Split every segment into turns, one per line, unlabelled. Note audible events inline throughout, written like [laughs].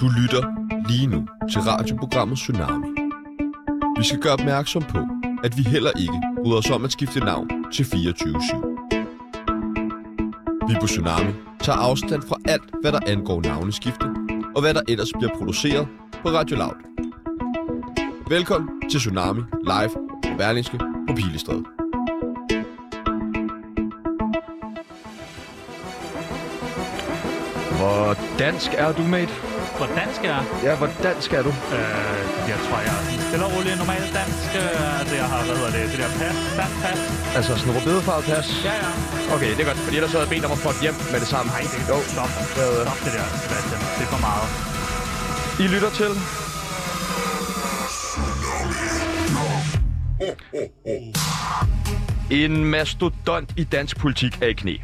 Du lytter lige nu til radioprogrammet Tsunami. Vi skal gøre opmærksom på, at vi heller ikke bryder os om at skifte navn til 24-7. Vi på Tsunami tager afstand fra alt, hvad der angår navneskifte, og hvad der ellers bliver produceret på Radio Loud. Velkommen til Tsunami Live på Berlingske på Pilestræde.
Hvor dansk er du, mate?
Hvor dansk er jeg?
Ja, hvor dansk er du?
Øh, jeg tror, jeg er stille og roligt normalt dansk. Øh, altså, jeg har, hvad hedder det, det der pas, dansk pas.
Altså sådan noget bedefarvet pas?
Ja, ja.
Okay, det er godt, fordi ellers havde jeg bedt om at få et hjem med det samme.
Nej, det
Jo.
er stop.
Hvad, øh?
Stop det der, Sebastian. Det er for meget.
I lytter til... En mastodont i dansk politik er i knæ.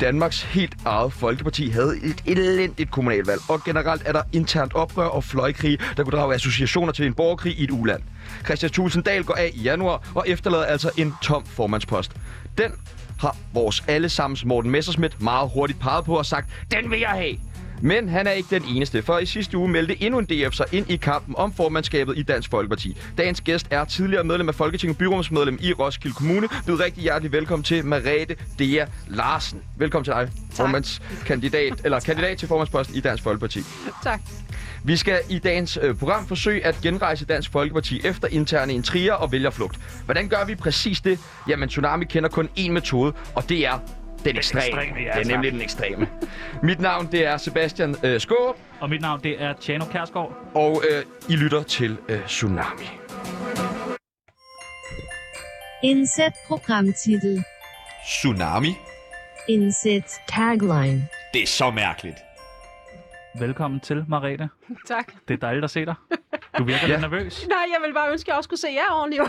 Danmarks helt eget Folkeparti havde et elendigt kommunalvalg, og generelt er der internt oprør og fløjkrig, der kunne drage associationer til en borgerkrig i et uland. Christian Thulsen Dahl går af i januar og efterlader altså en tom formandspost. Den har vores allesammens Morten Messerschmidt meget hurtigt peget på og sagt, den vil jeg have. Men han er ikke den eneste, for i sidste uge meldte endnu en DF sig ind i kampen om formandskabet i Dansk Folkeparti. Dagens gæst er tidligere medlem af Folketinget og byrådsmedlem i Roskilde Kommune. Byd rigtig hjertelig velkommen til Marete Dea Larsen. Velkommen til dig, formandskandidat, eller kandidat til formandsposten i Dansk Folkeparti.
Tak.
Vi skal i dagens øh, program forsøge at genrejse Dansk Folkeparti efter interne intriger og vælgerflugt. Hvordan gør vi præcis det? Jamen, Tsunami kender kun én metode, og det er den ekstreme.
ekstreme, ja,
det er
tak.
nemlig den ekstreme. Mit navn, det er Sebastian øh, Skåb,
Og mit navn, det er Tjano Kærsgaard.
og øh, I lytter til øh, Tsunami.
Indsæt programtitel.
Tsunami?
Indsæt tagline.
Det er så mærkeligt.
Velkommen til, Marete.
Tak.
Det er dejligt at se dig. Du virker lidt
Ja.
nervøs.
Nej, jeg ville bare ønske, at jeg også kunne se jer ordentligt.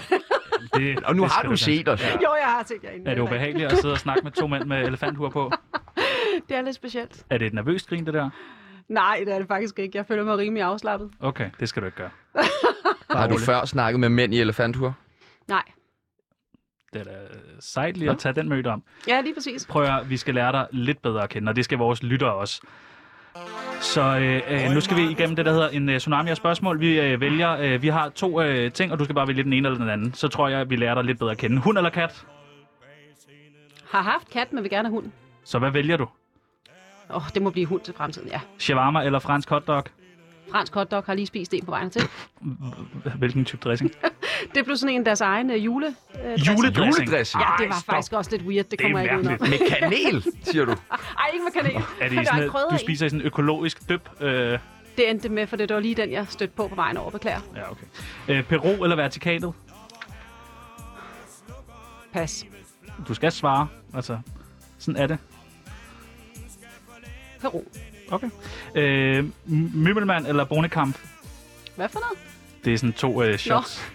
Det,
[laughs] Og nu
det
har
skal
du set
gerne.
os.
[laughs] jo, jeg har set jer inden.
Er det ubehageligt at sidde og snakke med to mænd med elefanthuer på?
Det er lidt specielt.
Er det et nervøst grin, det der?
Nej, det er det faktisk ikke. Jeg føler mig rimelig afslappet.
Okay, det skal du ikke gøre.
Har du
rolig.
før snakket med mænd i elefanthur?
Nej.
Det er da sejt lige at tage den møde om.
Ja, lige præcis.
Prøv at høre, vi skal lære dig lidt bedre at kende, og det skal vores lyttere også. Så øh, øh, nu skal vi igennem det, der hedder en øh, tsunami af spørgsmål. Vi øh, vælger, øh, vi har to øh, ting, og du skal bare vælge den ene eller den anden. Så tror jeg, at vi lærer dig lidt bedre at kende. Hund eller kat?
Har haft kat, men vil gerne have hund.
Så hvad vælger du?
Åh, oh, det må blive hund til fremtiden, ja.
Shawarma eller fransk hotdog? [laughs]
Fransk hotdog har lige spist en på vejen til.
Hvilken type dressing?
Det blev sådan en af deres egen uh, jule. Uh,
Juledressing?
Juledressing?
Ja, det
Ej,
var
stop.
faktisk også lidt weird. Det
Det
kommer
er
jeg ikke udenom.
mærkeligt.
Med kanel, siger du.
Ej, ikke med kanel.
Er
[laughs] Der
det i sådan,
en krydder
et, du
i.
spiser i sådan en økologisk dyb? Øh,
Det endte med, for det var lige den, jeg stødte på på vejen over. Beklager.
ja, okay. Øh, Peru eller vertikalet?
Pas.
Du skal svare. Altså, sådan er det.
Peru.
Okay. Øh, M- Mimmelmann eller Bonekamp?
Hvad for noget?
Det er sådan to øh, shots.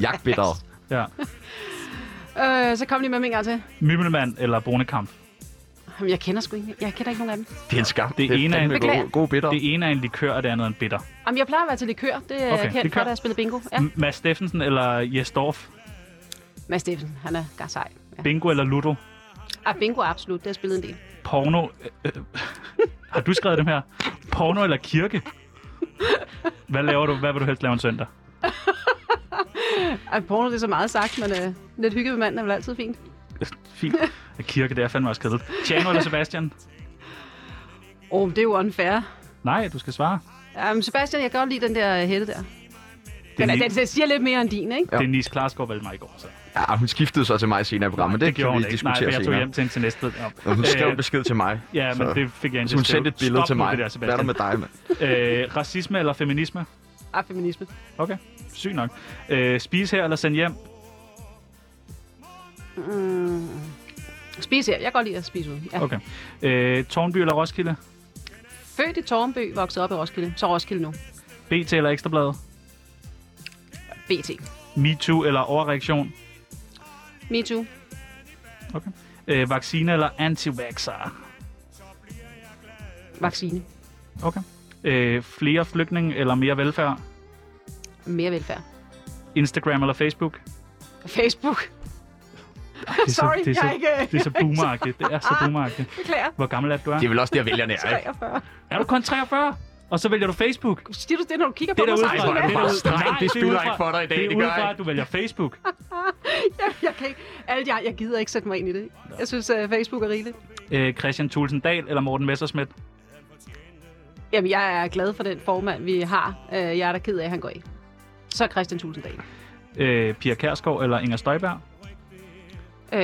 Jagtbitter.
Ja.
Øh, så kom lige med mig en gang til.
Mimmelmann eller Bonekamp?
Jamen, jeg kender sgu ikke. Jeg kender ikke nogen af dem.
Det er en skam.
Det ene er en-
fandme gode, gode bitter.
Det ene er en likør, og det andet er en bitter.
Jamen, jeg plejer at være til likør. Det er
Okay,
okay, kendt
likør. Mm.
for, da jeg spillede bingo. Ja.
Ja. Mads Steffensen eller Jes Dorf?
Mads Steffen, han er gar sej. Ja.
Bingo eller Ludo?
Ah, bingo absolut, det har jeg spillet en del.
Porno... Øh, øh, [laughs] har du skrevet dem her? Porno eller kirke? Hvad laver du? Hvad vil du helst lave en søndag?
Ah, porno, det er så meget sagt, men øh, lidt hygge ved manden er vel altid fint.
Fint. Kirke, det er fandme også kedeligt. Tjano eller Sebastian?
Åh, oh, det er jo unfair.
Nej, du skal svare.
Um, Sebastian, jeg kan godt lide den der øh, hætte der.
Det er,
Den,
ni,
den, den siger lidt mere end din, ikke?
det er Nis Klarsgaard valgte mig i går. Så.
Ja, hun skiftede så til mig senere i programmet. Det, det
gjorde
kan vi
hun ikke. Nej,
diskutere
for jeg tog
senere.
hjem til hende til næste. Ja,
Og Hun skrev en besked til mig.
ja men
så-
det fik jeg ikke.
Så hun sendte et billede
Stop
til
nu
mig.
Det der,
Hvad er der
Sebastian.
med dig, mand?
Øh, racisme eller feminisme?
Ah, feminisme.
Okay, syg nok. Øh, spise her eller send hjem?
Mm. Spis her. Jeg kan godt lide at spise ud. Ja. Okay.
Okay. Øh, Tornby eller Roskilde?
Født i Tornby, vokset op i Roskilde. Så Roskilde nu.
BT eller Ekstrabladet?
BT.
MeToo eller overreaktion?
Me too.
Okay. Øh, vaccine eller anti-vaxxer?
Vaccine.
Okay. Øh, flere flygtninge eller mere velfærd?
Mere velfærd.
Instagram eller Facebook?
Facebook.
Det er
[laughs] Sorry,
det er
jeg er ikke-
Det er så boomeragtigt. Det er så boomeragtigt.
Beklager.
Hvor gammel er du? Er,
Det er vel også der, vælgerne er, ikke?
43.
er du kun 43? og så vælger du Facebook. Det
Siger du det, når du kigger
er
på mig?
da ud
så er
fra,
jeg
det er
sådan
da ud fra-
her.
nej,
det
er
spiller
ud fra-
ikke for dig i dag, det
Det er
gør
ud fra,
jeg.
at du vælger Facebook.
jeg, jeg, kan ikke, alle, jeg, jeg gider ikke sætte mig ind i det. Jeg synes, uh, Facebook er rigeligt.
Øh, Christian Thulsen Dahl eller Morten Messerschmidt?
Jamen, jeg er glad for den formand, vi har. Uh, jeg er da ked af, at han går af. Så Christian Tulsendal.
Øh, Pia Kærsgaard eller Inger Støjberg?
Øh,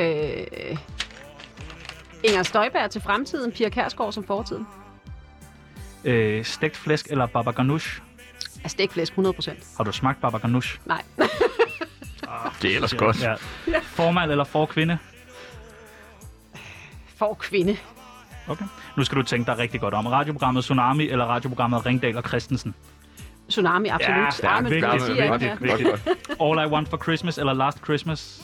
Inger Støjberg til fremtiden, Pia Kærsgaard som fortiden.
Øh, stegt flæsk eller baba ganoush?
Altså, det er ikke flæsk 100 procent.
Har du smagt baba ganoush?
Nej. [laughs]
Det er ellers godt.
Ja. Formand eller forkvinde?
For kvinde.
Okay. Nu skal du tænke dig rigtig godt om. Radioprogrammet Tsunami eller radioprogrammet Ringdal og Christensen?
Tsunami, absolut.
Ja,
Ja, men
vigtigt,
det siger jeg
vigtigt,
ikke.
vigtigt. All I Want for Christmas eller Last Christmas?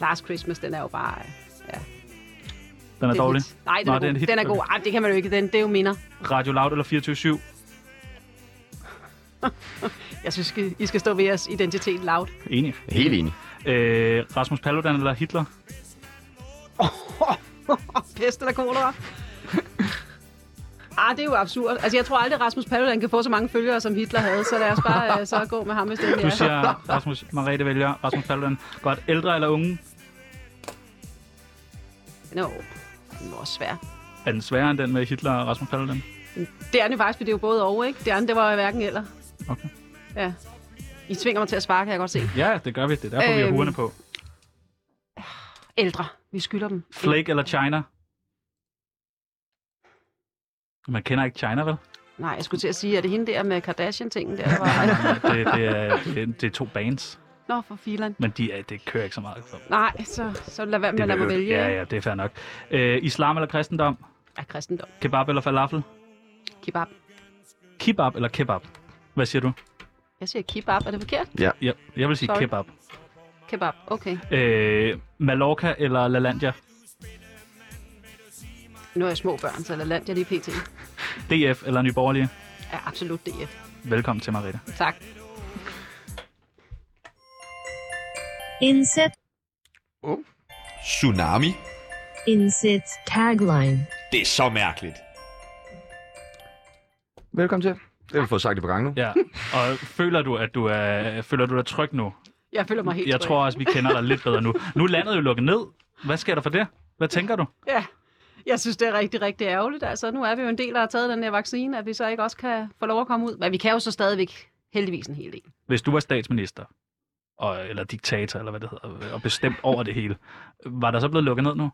Last Christmas, den er jo bare... øh, Ja,
Den er
det
dårlig.
hit. Nej, den,
Nå,
er,
det er en
god.
hit.
den er god. Ej, det kan man jo ikke. Den, det er jo minder.
Radio Loud eller 24
Jeg synes, I- I skal stå ved jeres identitet loud.
Enig.
Helt enig.
Øh, Rasmus Paludan eller Hitler?
Pest eller kolera. Ah, det er jo absurd. Altså, jeg tror aldrig, Rasmus Paludan kan få så mange følgere, som Hitler havde, så lad os bare øh, så gå med ham, hvis det ikke
Du
er.
siger Rasmus Marete vælger Rasmus Paludan. Godt. Ældre eller unge?
Nå, den var også svær.
Er den sværere end den med Hitler og Rasmus Paludan?
Det andet faktisk, fordi det er jo både over, ikke? Det andet, det var jo hverken eller.
Okay.
Ja. I tvinger mig til at svare, kan jeg godt se.
Ja, det gør vi. Det er derfor, øhm. vi har
Øhm.
huerne på.
Ældre. Vi skylder dem.
Flake eller China? Man kender ikke China, vel?
Nej, jeg skulle til at sige, at det hende der med Kardashian-tingen
[laughs]
der var...
Det, det, er, det, er- det er to bands,
Nå, for filan.
men de, er, det kører ikke så meget. Så.
Nej, så, så lad være med at lade mig
det,
vælge.
ja,
ikke?
ja, det er fair nok. Øh, islam eller kristendom?
ja. kristendom.
Kebab eller falafel?
Kebab.
Kebab eller kebab? Hvad siger du?
Jeg siger kebab. Er det forkert?
Ja, jeg vil sige
Sorry.
kebab.
Kebab. Okay.
Øh, Mallorca eller LaLandia?
Nu er jeg små børn, så lad land jeg lige pt.
DF eller Nyborgerlige?
Ja, absolut DF.
Velkommen til, Marita.
Tak.
Inset.
Oh.
Tsunami?
Inset tagline.
Det er så mærkeligt.
Velkommen til. Det har vi fået sagt et par gange nu.
Ja. Og føler du, at du er, føler du dig tryg nu?
Jeg føler mig helt
Jeg
tryg.
tror også, vi kender dig lidt bedre nu. Nu er landet jo lukket ned. Hvad sker der for det? Hvad tænker du?
Ja. Jeg synes, det er rigtig, rigtig ærgerligt. Altså, nu er vi jo en del, der har taget den her vaccine, at vi så ikke også kan få lov at komme ud. Men vi kan jo så stadigvæk heldigvis en hel del.
Hvis du var statsminister, og, eller diktator, eller hvad det hedder, og bestemt over det hele, var der så blevet lukket ned nu?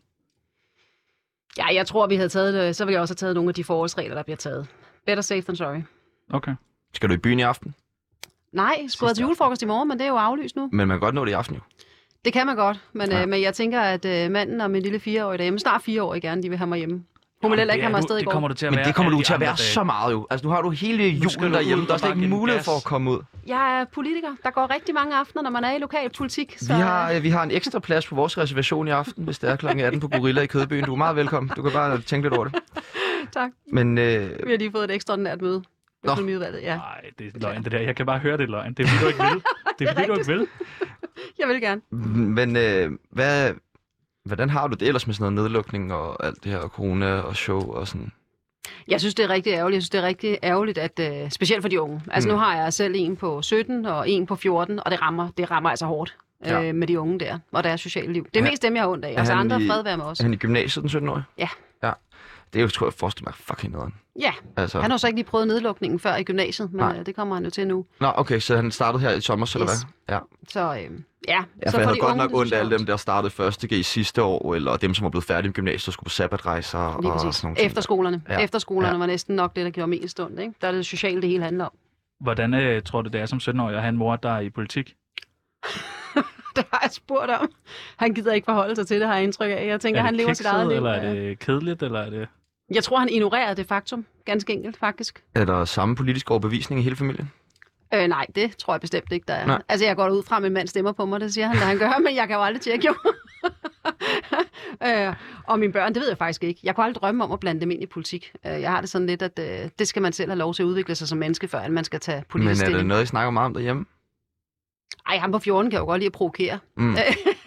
Ja, jeg tror, vi havde taget det. Så ville jeg også have taget nogle af de forholdsregler, der bliver taget. Better safe than sorry.
Okay.
Skal du i byen i aften?
Nej, jeg skulle have til julefrokost i morgen, men det er jo aflyst nu.
Men man kan godt nå det i aften jo.
Det kan man godt, men,
Ja.
ja. øh, men jeg tænker, at øh, manden og min lille fireårige derhjemme, snart fireårige gerne, de vil have mig hjemme. Hun ville heller ikke have mig
Det er
afsted
du-
i
Det kommer
går.
du til at
Men
være
det kommer du
alle
til
de
at være
andre dage.
så meget jo. Altså, nu har du hele
skal du
julen
ud
derhjemme. Der
og
er slet
bare
ikke
give den
mulighed
gas.
for at komme ud.
Jeg er politiker. Der går rigtig mange aftener, når man er i lokal politik. Så...
Vi har, øh, vi har en ekstra plads på vores reservation i aften, hvis det er kl. 18 på Gorilla i Kødbyen. Du er meget velkommen. Du kan bare tænke lidt over det.
[laughs] Tak.
Men øh,
Vi har lige fået et ekstraordinært møde.
Nå.
Økonomiudvalget, ja.
Nej, det er løgn, det der. Jeg kan bare høre, det er løgn. Det er fordi, du ikke
[laughs]
vil. Det er fordi, du ikke vil.
Jeg vil gerne.
Men øh, hvad, hvordan har du det ellers med sådan noget nedlukning og alt det her, og corona og show og sådan?
Jeg synes, det er rigtig ærgerligt. Jeg synes, det er rigtig ærgerligt, at øh, specielt for de unge. Altså, mm. nu har jeg selv en på 17 og en på 14, og det rammer, det rammer altså hårdt øh,
Ja.
med de unge der, og deres sociale liv. Det er
Er-
mest dem, jeg har ondt af. Altså,
han
andre
i-
fred være med os.
Er han i gymnasiet den 17 år?
Ja.
Ja. Det er jo, tror jeg, forestiller mig fucking nederen.
Ja,
Altså,
han har så ikke lige prøvet nedlukningen før i gymnasiet, men
Nej.
øh, det kommer han jo til nu.
Nå, okay, så han startede her i sommer, så eller
Yes.
hvad? Ja,
Så øh, ja,
ja
så
for jeg havde
de
godt
unge,
nok
det synes
ondt af
jeg
alle
også.
dem, der startede første G sidste år, eller dem, som var blevet færdige med gymnasiet og skulle på sabbatrejser og,
Lige
og
præcis.
sådan nogle ting.
Efterskolerne.
Ja.
Ja. Efterskolerne
Ja.
ja. var næsten nok det, der gjorde mest ondt. Ikke? Der er det sociale, det hele handler om.
Hvordan øh, tror du, det er som 17-årig at have en mor, der er i politik?
[laughs] Det har jeg spurgt om. Han gider ikke forholde sig til det, har jeg indtryk af. Jeg tænker,
er
han
det
lever sit
kikset,
eget liv.
eller
ja.
er det kedeligt, eller er det...
Jeg tror, han ignorerede det faktum. Ganske enkelt, faktisk.
Er der samme politiske overbevisning i hele familien?
Øh, nej, det tror jeg bestemt ikke, der er.
Nej.
Nej. Altså, jeg går ud fra, at min mand stemmer på mig, det siger han, da han gør, [laughs] men jeg kan jo aldrig tjekke, jo. øh, og mine børn, det ved jeg faktisk ikke. Jeg kunne aldrig drømme om at blande dem ind i politik. Øh, jeg har det sådan lidt, at øh, det skal man selv have lov til at udvikle sig som menneske, før end man skal tage politisk
Men er det
stilling.
Mm. noget, I snakker meget om derhjemme?
Ej, ham på 14 kan jo godt lide at provokere.
Mm.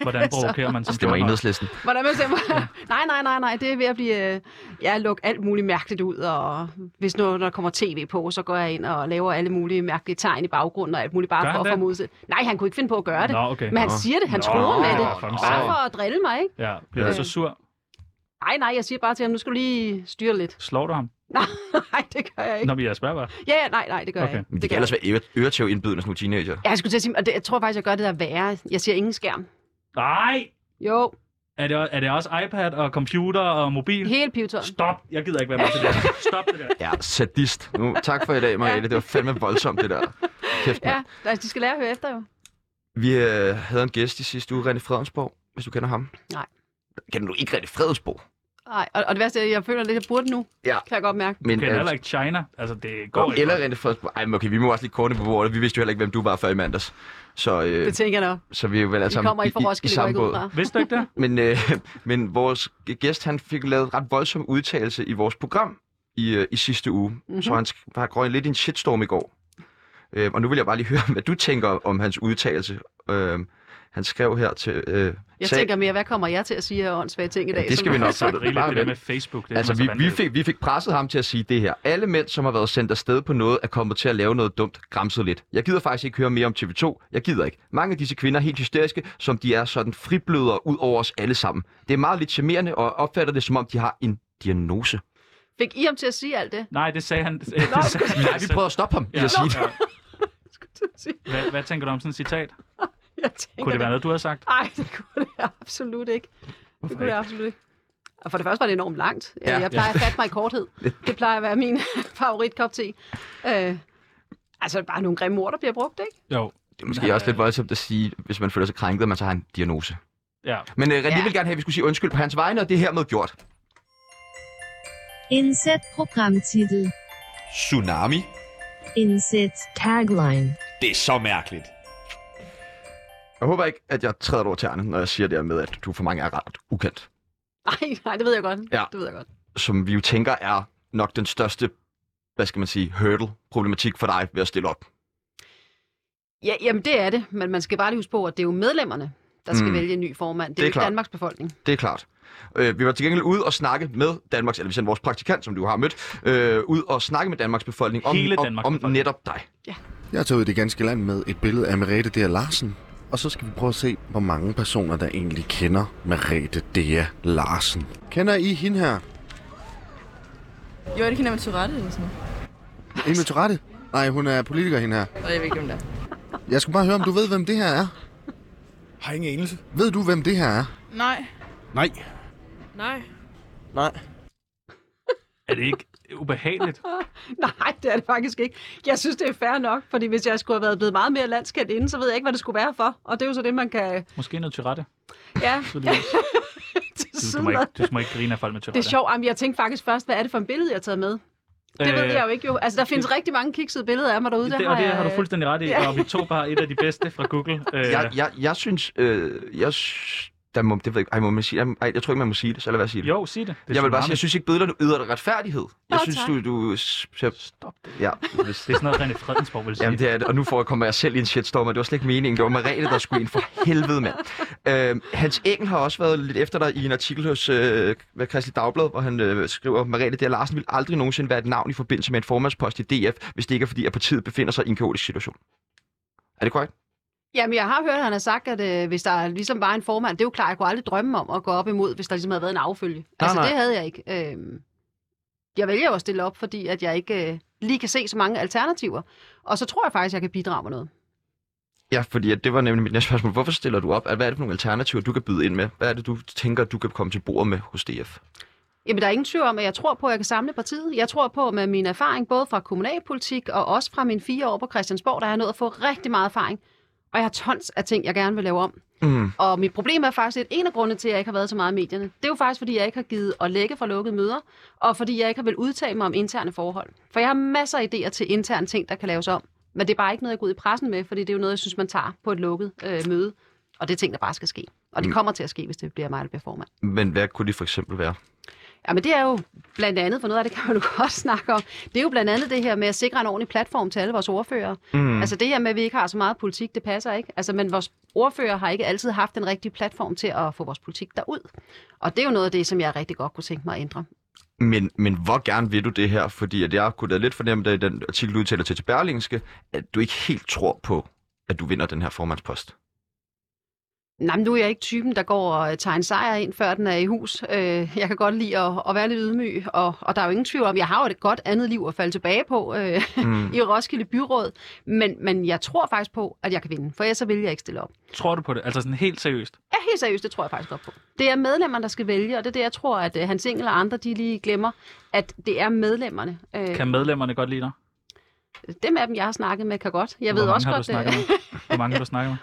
Hvordan
Altså,
provokerer man som
altså, Det var
14-årig?
enhedslisten.
Hvordan man stemmer? [laughs] nej, nej, nej, nej, det er ved at blive... Øh, jeg lukker alt muligt mærkeligt ud, og hvis nu, når der kommer tv på, så går jeg ind og laver alle mulige mærkelige tegn i baggrunden og alt muligt, bare
Gør
for
han
at
det?
få modsæt. Nej, han kunne ikke finde på at gøre det.
Nå, okay.
Men han
Nå.
siger det, han
Nå,
tror med det. Øh.
for
Bare
søren.
for at drille mig, ikke?
Ja, bliver du
Ja.
så sur?
Nej, nej, jeg siger bare til ham, nu skal du lige styre lidt. [laughs]
Slår du ham?
nej, det gør jeg ikke.
Når vi er spørger bare.
Ja, ja, nej, nej, det gør
Okay.
jeg ikke.
Men
Det
de
gør
kan
jeg
ellers være øre- øretæv indbydende, sådan nogle teenager.
ikke. Ja, jeg skulle til at sige, og det, jeg tror faktisk, jeg gør det der værre. Jeg siger ingen skærm.
Nej!
Jo,
Er det, er det også iPad og computer og mobil?
helt pivetøj.
Stop! Jeg gider ikke være med til det. der. Stop det der.
Ja, [laughs] sadist. Nu, tak for i dag, Marielle. Det var fandme voldsomt, det der. Kæft, ja.
Ja, altså, de skal lære at høre efter jo.
Vi øh, havde en gæst i sidste uge, René Fredensborg, hvis du kender ham.
Nej.
Kender du ikke René Fredensborg?
Nej, og, og, det værste er, at jeg føler lidt, jeg burde nu.
Ja.
Kan jeg godt mærke.
Men,
Okay,
øh,
heller ikke China. Altså, det går ikke.
eller René Fredensborg. Ej, men okay, vi må også lige korte på bordet. Vi vidste jo heller ikke, hvem du var før i mandags. Så, øh, altså,
Det tænker jeg da.
så vi er jo vel alle
Vi
sammen
kommer ikke fra Roskilde, går jeg ikke ud fra.
Vidste du ikke det?
Men, øh, [laughs] men vores gæst, han fik lavet en ret voldsom udtalelse i vores program i, øh, i sidste uge.
Mhm.
Mm-hmm. Så han sk- var grøn lidt i en shitstorm i går. Øh, og nu vil jeg bare lige høre, [laughs] hvad du tænker om hans udtalelse. Øh, han skrev her til... Øh,
Jeg
sag-
tænker mere, hvad kommer jeg til at sige af åndssvage ting i dag?
det skal vi nok
Så er det
få.
Altså, rigeligt,
Bare
det der
vent.
med Facebook. Det er
Altså, vi,
simpelthen så
vi,
vanvittigt.
fik, vi fik presset ham til at sige det her. Alle mænd, som har været sendt afsted på noget, er kommet til at lave noget dumt, græmset lidt. Jeg gider faktisk ikke høre mere om TV2. Jeg gider ikke. Mange af disse kvinder er helt hysteriske, som de er sådan fribløder ud over os alle sammen. Det er meget lidt charmerende, og jeg opfatter det, som om de har en diagnose.
Fik I ham til at sige alt det?
Nej, det sagde han. [laughs] Det sagde han
Nej, vi
selv.
prøver at stoppe ham, ja.
Ja.
jeg sige det.
Ja.
Skulle til at sige.
Hvad, hvad tænker du om sådan et citat?
Jeg tænker
Kunne det være noget, du havde sagt?
Nej, det kunne det absolut ikke. det kunne det absolut ikke. Og for det første var det enormt langt.
Ja.
Ja, jeg plejer at fatte mig i korthed. Det plejer at være min [laughs] favoritkop te. Øh, altså, bare nogle grimme ord, der bliver brugt, ikke?
Jo.
Det er måske også lidt voldsomt at sige, hvis man føler sig krænket, at man så har en diagnose.
Ja.
Men øh, René
Ja.
vil gerne have, at vi skulle sige undskyld på hans vegne, og det er hermed gjort.
Inset Programmtitel.
Tsunami?
Inset Tagline.
Det er så mærkeligt.
Jeg håber ikke, at jeg træder dig over tæerne, når jeg siger det her med, at du for mange er ret ukendt.
Nej, nej, det ved jeg godt.
Ja.
Det ved jeg godt.
som vi jo tænker er nok den største, hvad skal man sige, hurdle-problematik for dig ved at stille op.
Ja, jamen det er det, men man skal bare lige huske på, at det er jo medlemmerne, der skal
Mm.
mm. vælge en ny formand.
Det
Det er, jo
er
ikke
klart.
Danmarks befolkning.
Det er klart. Øh, vi var til gengæld ude og snakke med Danmarks, eller vi sendte vores praktikant, som du har mødt, øh, ud og snakke med Danmarks befolkning om,
Hele
om,
Danmarks
om
befolkning.
netop dig.
Jeg tager ud i det ganske land med et billede af Merete Dea Larsen. Og så skal vi prøve at se, hvor mange personer, der egentlig kender Merete Dea Larsen. Kender I hende her?
Jo, det kan nemlig Tourette eller sådan noget.
Emil Tourette? Nej, hun er politiker, hende her.
Og jeg ved ikke, hvem det er.
Jeg skulle bare høre, om du ved, hvem det her er.
Har ingen anelse.
Ved du, hvem det her er?
Nej.
Nej.
Nej.
Nej.
Er det ikke ubehageligt?
[laughs] Nej, det er det faktisk ikke. Jeg synes, det er fair nok, fordi hvis jeg skulle have været blevet meget mere landskendt inden, så ved jeg ikke, hvad det skulle være for. Og det er jo så det, man kan...
Måske noget Tourette? [laughs]
Ja,
Du, du,
til
du, må
siden.
ikke, du må ikke grine af folk med Tourette.
Det er sjovt, Jamen, jeg tænkte faktisk først, hvad er det for en billede, jeg har taget med? Det ved jeg jo ikke jo. Altså, der findes rigtig mange kiksede billeder af mig derude.
Det,
Der
det, Øh, og det har du
øh,
fuldstændig ret i,
Ja.
og vi tog bare et af de bedste fra Google. Øh,
[laughs] Jeg, jeg, jeg synes, øh, jeg, sy- der må, det ved jeg, ikke. ej, må man sige, ej, jeg tror ikke, man må sige det, så lad være at sige det.
Øh, Jo, sig det. det er
jeg vil bare
tsunami.
sige, jeg synes ikke, billederne yder dig retfærdighed. Jeg
Nå,
synes,
tak.
du... du Stop det. Ja, hvis-
Det er sådan noget, René Fredensborg vil sige.
Jamen det er det, og nu får jeg, kommer jeg selv i en shitstorm, og det var slet ikke meningen. Det var Merete, der skulle ind for helvede, mand. Øhm, Hans Engel har også været lidt efter dig i en artikel hos øh, hvad, Kristelig Dagblad, hvor han øh, skriver, Merete der Larsen vil aldrig nogensinde være et navn i forbindelse med en formandspost i DF, hvis det ikke er fordi, at partiet befinder sig i en kaotisk situation. Er det korrekt?
Jamen, jeg har hørt, at han har sagt, at øh, hvis der ligesom var en formand, det er jo klart, jeg kunne aldrig drømme om at gå op imod, hvis der ligesom havde været en affølge. Nej, altså,
nej.
det havde jeg ikke. Øhm, jeg vælger jo at stille op, fordi at jeg ikke øh, lige kan se så mange alternativer. Og så tror jeg faktisk, at jeg kan bidrage med noget.
Ja, fordi at det var nemlig mit næste spørgsmål. Hvorfor stiller du op? At Hvad er det for nogle alternativer, du kan byde ind med? Hvad er det, du tænker, du kan komme til bordet med hos DF?
Jamen, der er ingen tvivl om, at jeg tror på, at jeg kan samle partiet. Jeg tror på, med min erfaring både fra kommunalpolitik og også fra mine fire år på Christiansborg, der har jeg nået at få rigtig meget erfaring. Og jeg har tons af ting, jeg gerne vil lave om.
Mm.
Og mit problem er faktisk, at en af grundene til, at jeg ikke har været så meget i medierne, det er jo faktisk, fordi jeg ikke har givet at lægge for lukkede møder, og fordi jeg ikke har vil udtale mig om interne forhold. For jeg har masser af idéer til interne ting, der kan laves om. Men det er bare ikke noget, jeg går ud i pressen med, fordi det er jo noget, jeg synes, man tager på et lukket øh, møde. Og det er ting, der bare skal ske. Og det kommer til at ske, hvis det bliver mig, der bliver formand.
Men hvad kunne det for eksempel være?
Jamen det er jo blandt andet, for noget af det kan man jo [laughs] godt snakke om, det er jo blandt andet det her med at sikre en ordentlig platform til alle vores ordfører. Mm. Altså det her med, at vi ikke har så meget politik, det passer ikke. Altså, men vores ordfører har ikke altid haft den rigtige platform til at få vores politik derud. Og det er jo noget af det, som jeg rigtig godt kunne tænke mig at ændre.
Men, men hvor gerne vil du det her? Fordi at jeg kunne da lidt fornemme, da i den artikel, du udtaler til til Berlingske, at du ikke helt tror på, at du vinder den her formandspost.
Nej, men nu er jeg ikke typen, der går og øh, tager en sejr ind, før den er i hus. Øh, Jeg kan godt lide at, at være lidt ydmyg, og, og der er jo ingen tvivl om, jeg har jo et godt andet liv at falde tilbage på øh, [laughs] mm. i Roskilde Byråd. Men, men jeg tror faktisk på, at jeg kan vinde, for ellers så vil jeg ikke stille op.
Tror du på det? Altså sådan helt seriøst.
Ja, helt seriøst, det tror jeg faktisk godt på. Det er medlemmerne, der skal vælge, og det er det, jeg tror, at øh, Hans Engel og andre, de lige glemmer, at det er medlemmerne. Øh,
Kan medlemmerne godt lide dig?
Dem af dem, jeg har snakket med, kan godt. Jeg ved
Hvor mange
også
har
godt...
du
øh,
snakket med? Hvor mange har du snakket med?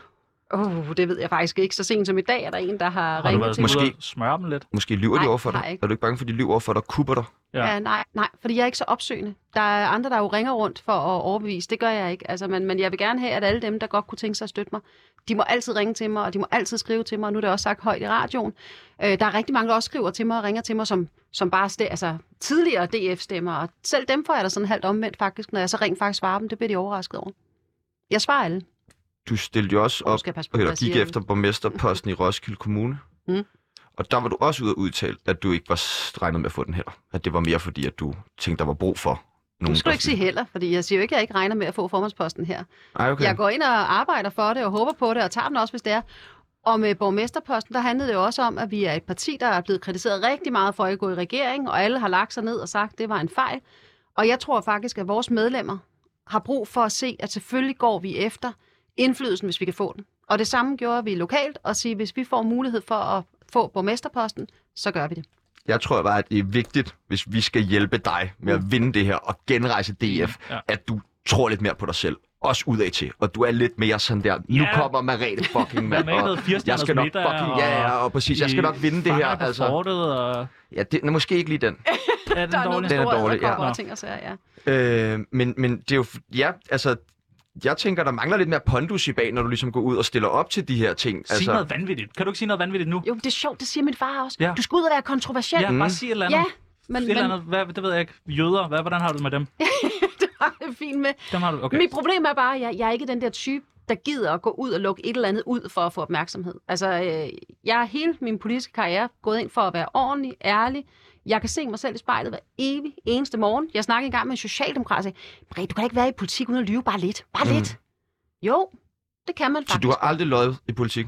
Åh, oh, det ved jeg faktisk ikke. Så sent som i dag er der en, der [laughs] har,
Har du
ringet
været
til
sådan
mig.
ude at smøre dem lidt?
[laughs] Måske lyver
Nej,
de over for
har
dig.
jeg ikke.
Er du ikke bange for, at de lyver over for dig og kupper dig?
Ja.
Ja. ja, nej, nej, fordi jeg er ikke så opsøgende. Der er andre, der jo ringer rundt for at overbevise. Det gør jeg ikke. Altså, men, men jeg vil gerne have, at alle dem, der godt kunne tænke sig at støtte mig, de må altid ringe til mig, og de må altid skrive til mig. Og nu er det også sagt højt i radioen. Øh, der er rigtig mange, der også skriver til mig og ringer til mig, som, som bare st- altså, tidligere DF-stemmer. Og selv dem får jeg da sådan halvt omvendt faktisk, når jeg så rent faktisk svarer dem. Det bliver de overrasket over. Jeg svarer alle.
Du stillede jo også
Nu
op
skal jeg passe på, hvad
eller
jeg siger
gik
nu.
efter borgmesterposten i Roskilde Kommune.
Mm.
Og der var du også ude og udtale, at du ikke var s- regnet med at få den heller. At det var mere fordi, at du tænkte, der var brug for nogen.
Nu skal du
der
ikke sige heller, fordi jeg siger jo ikke, at jeg ikke regner med at få formandsposten her.
Ej, okay.
Jeg går ind og arbejder for det og håber på det og tager den også, hvis det er. Og med borgmesterposten, der handlede det jo også om, at vi er et parti, der er blevet kritiseret rigtig meget for at gå i regering, og alle har lagt sig ned og sagt, at det var en fejl. Og jeg tror faktisk, at vores medlemmer har brug for at se, at selvfølgelig går vi efter indflydelsen, hvis vi kan få den. Og det samme gjorde vi lokalt, og sige, at hvis vi får mulighed for at få borgmesterposten, så gør vi det.
Jeg tror bare, at det er vigtigt, hvis vi skal hjælpe dig med at vinde det her og genrejse DF,
Mm. Ja.
ja. at du tror lidt mere på dig selv. Også udad til. Og du er lidt mere sådan der, nu
Ja.
kommer Marete fucking
Hvad
mand.
med
og
noget firestjerners
jeg skal nok
middag,
fucking,
og-
ja, ja, og præcis, jeg skal
I
nok vinde det her.
fanger på
Altså.
fortet, og...
Ja, det, nej, måske ikke lige
[laughs]
den.
Er den dårlig?
Den er dårlig, ja.
ja. Ting og sager, ja.
Øh, men, men det er jo, f- ja, altså, jeg tænker, der mangler lidt mere pondus i bag, når du ligesom går ud og stiller op til de her ting. Altså,
Sig noget vanvittigt. Kan du ikke sige noget vanvittigt nu?
Jo, det er sjovt, det siger min far også.
Ja.
Du skal ud og være kontroversiel. Mm.
Ja,
Mm.
bare sig et eller andet.
ja
men,
men,
et eller
men
andet. Hvad, det ved jeg ikke. Jøder, hvad, hvordan har du det med dem?
det var [laughs] det fint med.
Dem har du,
Okay.
okay.
Mit problem er bare, at jeg, jeg er ikke den der type, der gider at gå ud og lukke et eller andet ud for at få opmærksomhed. Altså, øh, jeg har hele min politiske karriere gået ind for at være ordentlig, ærlig. Jeg kan se mig selv i spejlet hver evig eneste morgen. Jeg snakkede engang med en socialdemokrat og sagde, "Britt, du kan da ikke være i politik uden at lyve bare lidt. Bare mm. lidt. Jo, det kan man
Så
faktisk.
du har aldrig løjet i politik?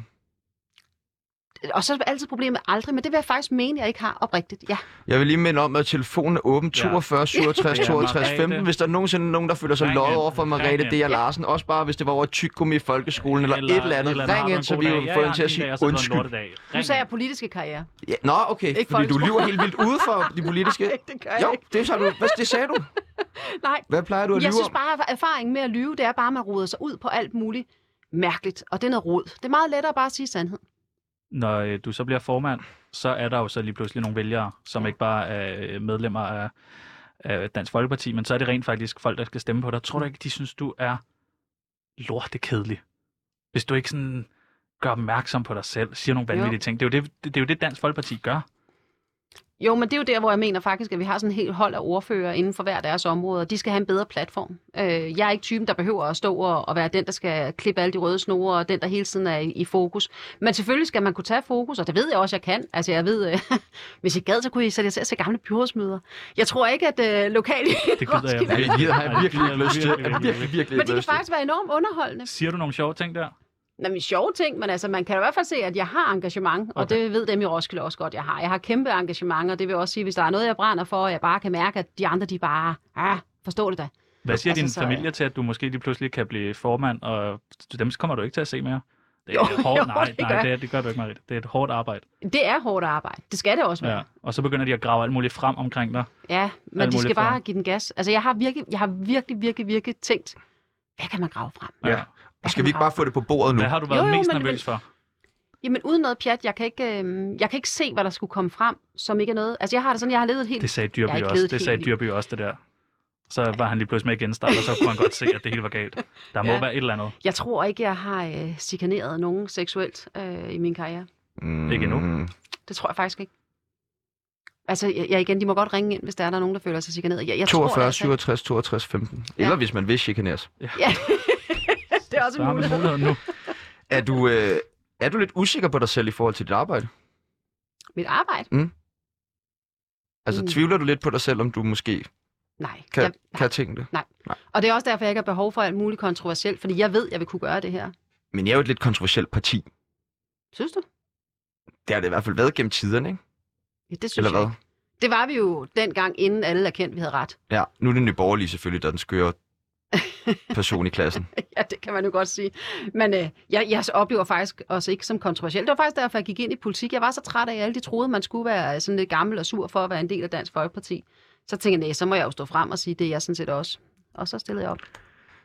Og så er altid problemet aldrig, men det vil jeg faktisk mene, jeg ikke har oprigtigt. Ja.
Jeg vil lige minde om, at telefonen er åben
Ja.
42 67
Det er
52
Margrethe.
15. Hvis der er nogensinde nogen, der føler sig
Ring
løjet
ind.
over for
Ring
Margrethe
ind.
D. og Larsen, også bare hvis det var over tyggegummi i folkeskolen eller, eller et eller andet,
har
ring
du
ind,
en
så
god
vi
dag?
jo
Ja,
får
jeg
hende til
har
at sige
en dag, og så er det en
undskyld.
lortedag.
Nu
Ring
sagde jeg
ind.
politiske karriere.
Ja, nå, okay,
Ikke
fordi du
folkeskole.
lyver helt vildt ude for de
[laughs]
politiske.
Nej, [laughs] det gør jeg
Jo,
ikke.
det, sagde du. Hvad, det sagde du.
Nej,
Hvad plejer du at
Jeg
lyve
synes
om?
bare, at erfaringen med at lyve, det er bare, at man roder sig ud på alt muligt mærkeligt, og det er noget rod. Det er meget lettere bare at sige sandheden.
Når øh, du så bliver formand, så er der jo så lige pludselig nogle vælgere, som ikke bare er øh, medlemmer af, af Dansk Folkeparti, men så er det rent faktisk folk, der skal stemme på dig. Tror
Mm.
du ikke, de synes, du er lortekedelig? Hvis du ikke sådan gør opmærksom på dig selv, siger nogle vanvittige ting. Det er, jo det, det, det er jo det, Dansk Folkeparti gør.
Jo, men det er jo der, hvor jeg mener faktisk, at vi har sådan en helt hold af ordfører inden for hver deres område, og de skal have en bedre platform. Øh, jeg er ikke typen, der behøver at stå og, og være den, der skal klippe alle de røde snore, og den, der hele tiden er i, i fokus. Men selvfølgelig skal man kunne tage fokus, og det ved jeg også, jeg kan. Altså jeg ved, øh, [laughs] hvis jeg gad, så kunne I sætte jer til at se gamle byrådsmøder. Jeg tror ikke, at øh, lokale...
Det gider jeg
Ja, det gider- har jeg virkelig ikke lyst til. Jeg har
virkelig,
virkelig, virkelig
[laughs]
ikke
Men det kan
lyst til.
faktisk være enormt underholdende.
Siger du nogle sjove ting der?
Nå, men sjove ting, men altså, man kan i hvert fald se, at jeg har engagement, okay. og
Okay.
det ved dem i Roskilde også godt, jeg har. Jeg har kæmpe engagement, og det vil også sige, hvis der er noget, jeg brænder for, og jeg bare kan mærke, at de andre, de bare, ah, forstår det da.
Hvad siger
Altså,
din
så-
familie til, at du måske lige pludselig kan blive formand, og dem kommer du ikke til at se mere? Det er
Jo,
et hårdt,
jo,
nej,
det gør
nej, det, er, det gør du ikke, Marit. Det er et hårdt arbejde.
Det er hårdt arbejde. Det skal det også
Ja.
være.
Og så begynder de at grave alt muligt frem omkring dig.
Ja, ja men
Alt
de
muligt
skal bare
for-
give den gas. Altså, jeg har virkelig, jeg har virkelig, virkelig, virkelig tænkt, hvad kan man grave frem?
Ja.
Ja. Og skal vi ikke bare få det på bordet nu?
Hvad har du været
Jo, jo,
mest
men- men-
nervøs for?
Jamen, uden noget pjat, jeg kan, ikke, øh, jeg kan ikke se, hvad der skulle komme frem, som ikke er noget. Altså, jeg har det sådan, jeg har levet et helt
Det sagde
Jeg er
Dyrby
ikke
også.
ledet
Det
helt
sagde
vildt.
Dyrby også, det der. Så var han lige pludselig med igen start, og så kunne man godt se, at det hele var galt. Der må
Ja.
være et eller andet.
Jeg tror ikke, jeg har øh, chikaneret nogen seksuelt øh, i min karriere.
Mm,
Ikke endnu.
Det tror jeg faktisk ikke. Altså, ja, ja, igen, de må godt ringe ind, hvis der er, der er nogen, der føler sig chikaneret. Jeg, jeg tror,
42,
altså ikke-
67, 62, 15. Eller
Ja.
hvis man vil chikaneres.
[laughs] det er også
Der
en
har man
mulighed.
muligheden nu.
Er du, øh, er du lidt usikker på dig selv i forhold til dit arbejde?
Mit arbejde?
Altså,
Mm.
tvivler du lidt på dig selv, om du måske
Nej.
kan,
Jeg,
kan tænke det?
og det er også derfor, jeg ikke har behov for alt muligt kontroversielt, fordi jeg ved, jeg vil kunne gøre det her.
Men jeg er jo et lidt kontroversielt parti.
Synes du?
Det har det i hvert fald været gennem tiderne, ikke?
Ja, det synes
Eller
jeg
hvad?
ikke. Det var vi jo dengang, inden alle erkendte, vi havde ret. [laughs]
Ja, nu er det Nye Borgerlige selvfølgelig, der er den skøre person i klassen.
Ja, det kan man jo godt sige. Men øh, jeg, jeg oplever faktisk os ikke som kontroversielt. Det var faktisk derfor, jeg gik ind i politik. Jeg var så træt af, at alle de troede, man skulle være sådan lidt gammel og sur for at være en del af Dansk Folkeparti. Så tænkte jeg, nej, så må jeg jo stå frem og sige, det er jeg sådan set også. Og så stillede jeg op.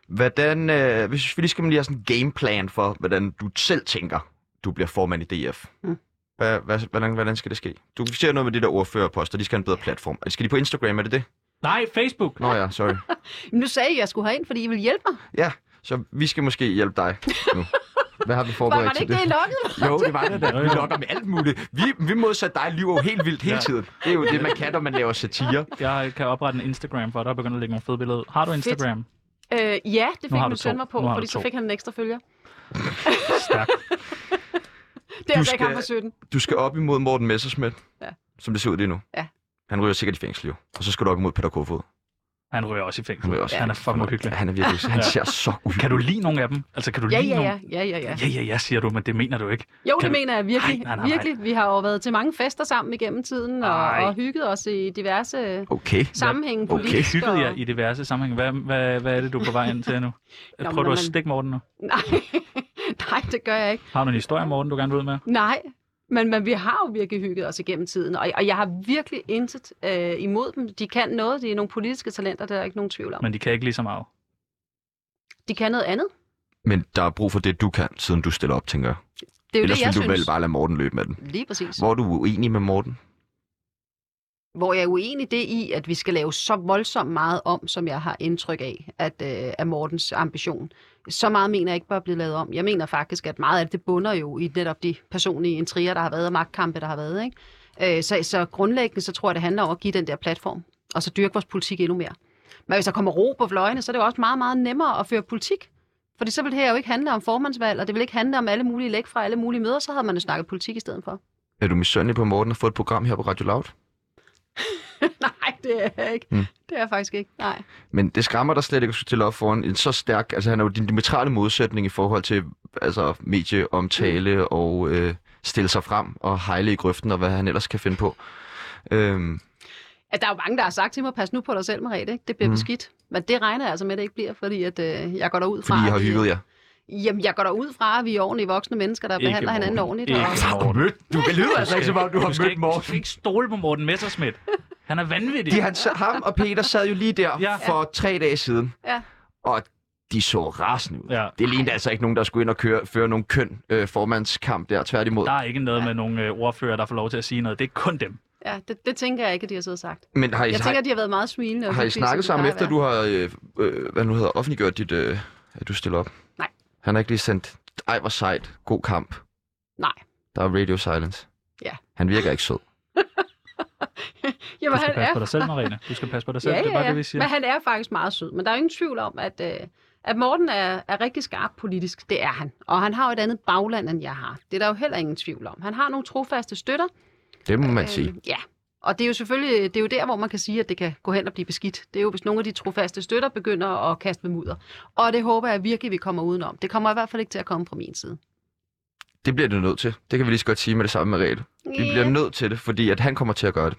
Hvordan, øh, hvis vi lige skal man lige have sådan en gameplan for, hvordan du selv tænker, du bliver formand i DF.
Mm.
Hva, hva, hvordan, hvordan skal det ske? Du ser noget med det der ordførerposter, de skal have en bedre platform. Skal de på Instagram, er det det?
Nej, Facebook.
Nå ja, sorry.
Men nu sagde I, at jeg skulle have ind, fordi I ville hjælpe mig.
Ja, så vi skal måske hjælpe dig
[laughs]
nu. Hvad har vi
Var, var
forberedt
det
til
ikke det, I
det?
lukkede mig?
Jo, det var det da.
Jo,
Vi
jo.
lokker med alt muligt. Vi, vi modsatte dig liv jo helt vildt hele
Ja.
tiden. Det er jo det, man kan, når man laver satire.
Jeg kan oprette en Instagram for dig og begynde at lægge nogle fede billeder ud. Har du
Fedt.
Instagram?
[laughs] Øh, ja, det fik
har
min
du
søn
to.
mig på,
Nu har
fordi
du
så
to.
fik han en ekstra følger.
Stærk.
[laughs] Det er altså ikke
skal-
ham for 17.
Du skal op imod Morten Messerschmidt,
Ja.
som det ser ud lige nu.
Ja.
Han ryger sikkert i fængsel jo. Og så skal du op imod Peter Kofod.
Han ryger også i
Han
fængsel.
ryger også i
Han er fucking uhyggelig.
Han er virkelig, han
Ja.
ser så ud.
Kan du lide nogen af dem? Altså, kan du
Ja,
lide
ja,
nogen?
ja, ja, ja, ja.
Ja, ja, ja, siger du, men det mener du ikke.
Jo,
Kan
det
du-
mener jeg virkelig.
Ej, nej, nej, nej.
virkelig. Vi har jo været til mange fester sammen igennem tiden, og,
Ej.
og hygget os i diverse
Okay.
sammenhænge.
Okay.
politisk
Hyggede
og-
jeg i diverse sammenhæng. Hvad, hvad, hvad er det, du er på vej ind til nu?
men
Prøver du
når
at
man-
stikke Morten nu?
[laughs] Nej, nej, det gør jeg ikke.
Har du en historie, Morten, du gerne vil ud med?
Nej, men, men vi har jo virkelig hygget os igennem tiden, og, og jeg har virkelig intet øh, imod dem. De kan noget, de er nogle politiske talenter, der er der ikke nogen tvivl om.
Men de kan ikke lige så meget.
De kan noget andet.
Men der er brug for det, du kan, siden du stiller op, tænker jeg.
Det er jo
Ellers
det, jeg
vil du
synes.
vel bare lade Morten løbe med den.
Lige præcis. Hvor...
Hvor er du uenig med Morten?
Hvor jeg er uenig det i, at vi skal lave så voldsomt meget om, som jeg har indtryk af, at øh, er Mortens ambition. Så meget mener jeg ikke bare blive lavet om. Jeg mener faktisk, at meget af det bunder jo i netop de personlige intriger, der har været, og magtkampe, der har været. Ikke? Øh, så, så grundlæggende, så tror jeg, det handler om at give den der platform, og så dyrke vores politik endnu mere. Men hvis der kommer ro på fløjene, så er det jo også meget, meget nemmere at føre politik. Fordi så vil det her jo ikke handle om formandsvalg, og det vil ikke handle om alle mulige læk fra alle mulige møder, så havde man jo snakket politik i stedet for.
Er du misundelig på Morten at få et program her på Radio Loud?
[laughs] Nej, det er jeg ikke.
Mm.
Mm. Det er jeg faktisk ikke. Nej.
Men det skræmmer dig slet ikke at skulle stille op foran en så stærk... Altså, han er jo din diametrale modsætning i forhold til altså, medieomtale og øh, stille sig frem og hejle i grøften og hvad han ellers kan finde på. Øhm,
At der er jo mange, der har sagt til mig, pas nu på dig selv, Merete. Ikke? Det bliver
Mm.
mm. beskidt. Men det regner jeg altså med, at det ikke bliver, fordi at, øh, jeg går derud fra...
fordi I har
at vi-
hygget jer.
Jamen, jeg går derud fra, at vi er ordentlige voksne mennesker, der
Ikke
behandler hinanden
Morten.
ordentligt.
Ikke
Og...
Morten.
Du kan lyde altså ikke, som om du har
skal
mødt
ikke- Du
Morten.
skal ikke stole på Morten Messerschmidt. Han er vanvittig.
De, han, sad- ham og Peter sad jo lige der ja.
Ja.
for tre dage siden.
Ja.
Og de så rasende ud.
Ja.
Det lignede altså ikke nogen, der skulle ind og køre, føre nogen køn øh, formandskamp der, tværtimod.
Der er ikke noget med nogle øh, ordfører, der får lov til at sige noget. Det er kun dem.
Ja, det, det, tænker jeg ikke, at de har siddet og sagt.
Men har I,
Jeg
har,
tænker, at de har været meget smilende. og
har I
hyggelige, som
snakket
de
sammen
plejer
efter,
at
du har øh, øh, hvad nu hedder, offentliggjort, dit, øh, at du stiller op?
Nej.
Han har ikke lige sendt, ej hvor sejt, god kamp.
være. Nej.
Der er radio silence.
Ja.
Han virker ikke sød.
Du
Jamen,
skal
han
passe på
er...
dig selv, Marina. Du skal passe på dig selv.
Ja,
Det er
ja,
bare
ja.
det, vi siger.
Men han er faktisk meget sød. Men der er jo ingen tvivl om, at, øh, at Morten er, er rigtig skarp politisk. Det er han. Og han har jo et andet bagland, end jeg har. Det er der jo heller ingen tvivl om. Han har nogle trofaste støtter,
Det må man sige.
Øhm, Ja, og det er jo selvfølgelig det er jo der, hvor man kan sige, at det kan gå hen og blive beskidt. Det er jo, hvis nogle af de trofaste støtter begynder at kaste med mudder. Og det håber jeg virkelig, vi kommer udenom. Det kommer i hvert fald ikke til at komme fra min side.
Det bliver det nødt til. Det kan vi lige så godt sige med det samme med regel. Vi bliver nødt til det, fordi at han kommer til at gøre det.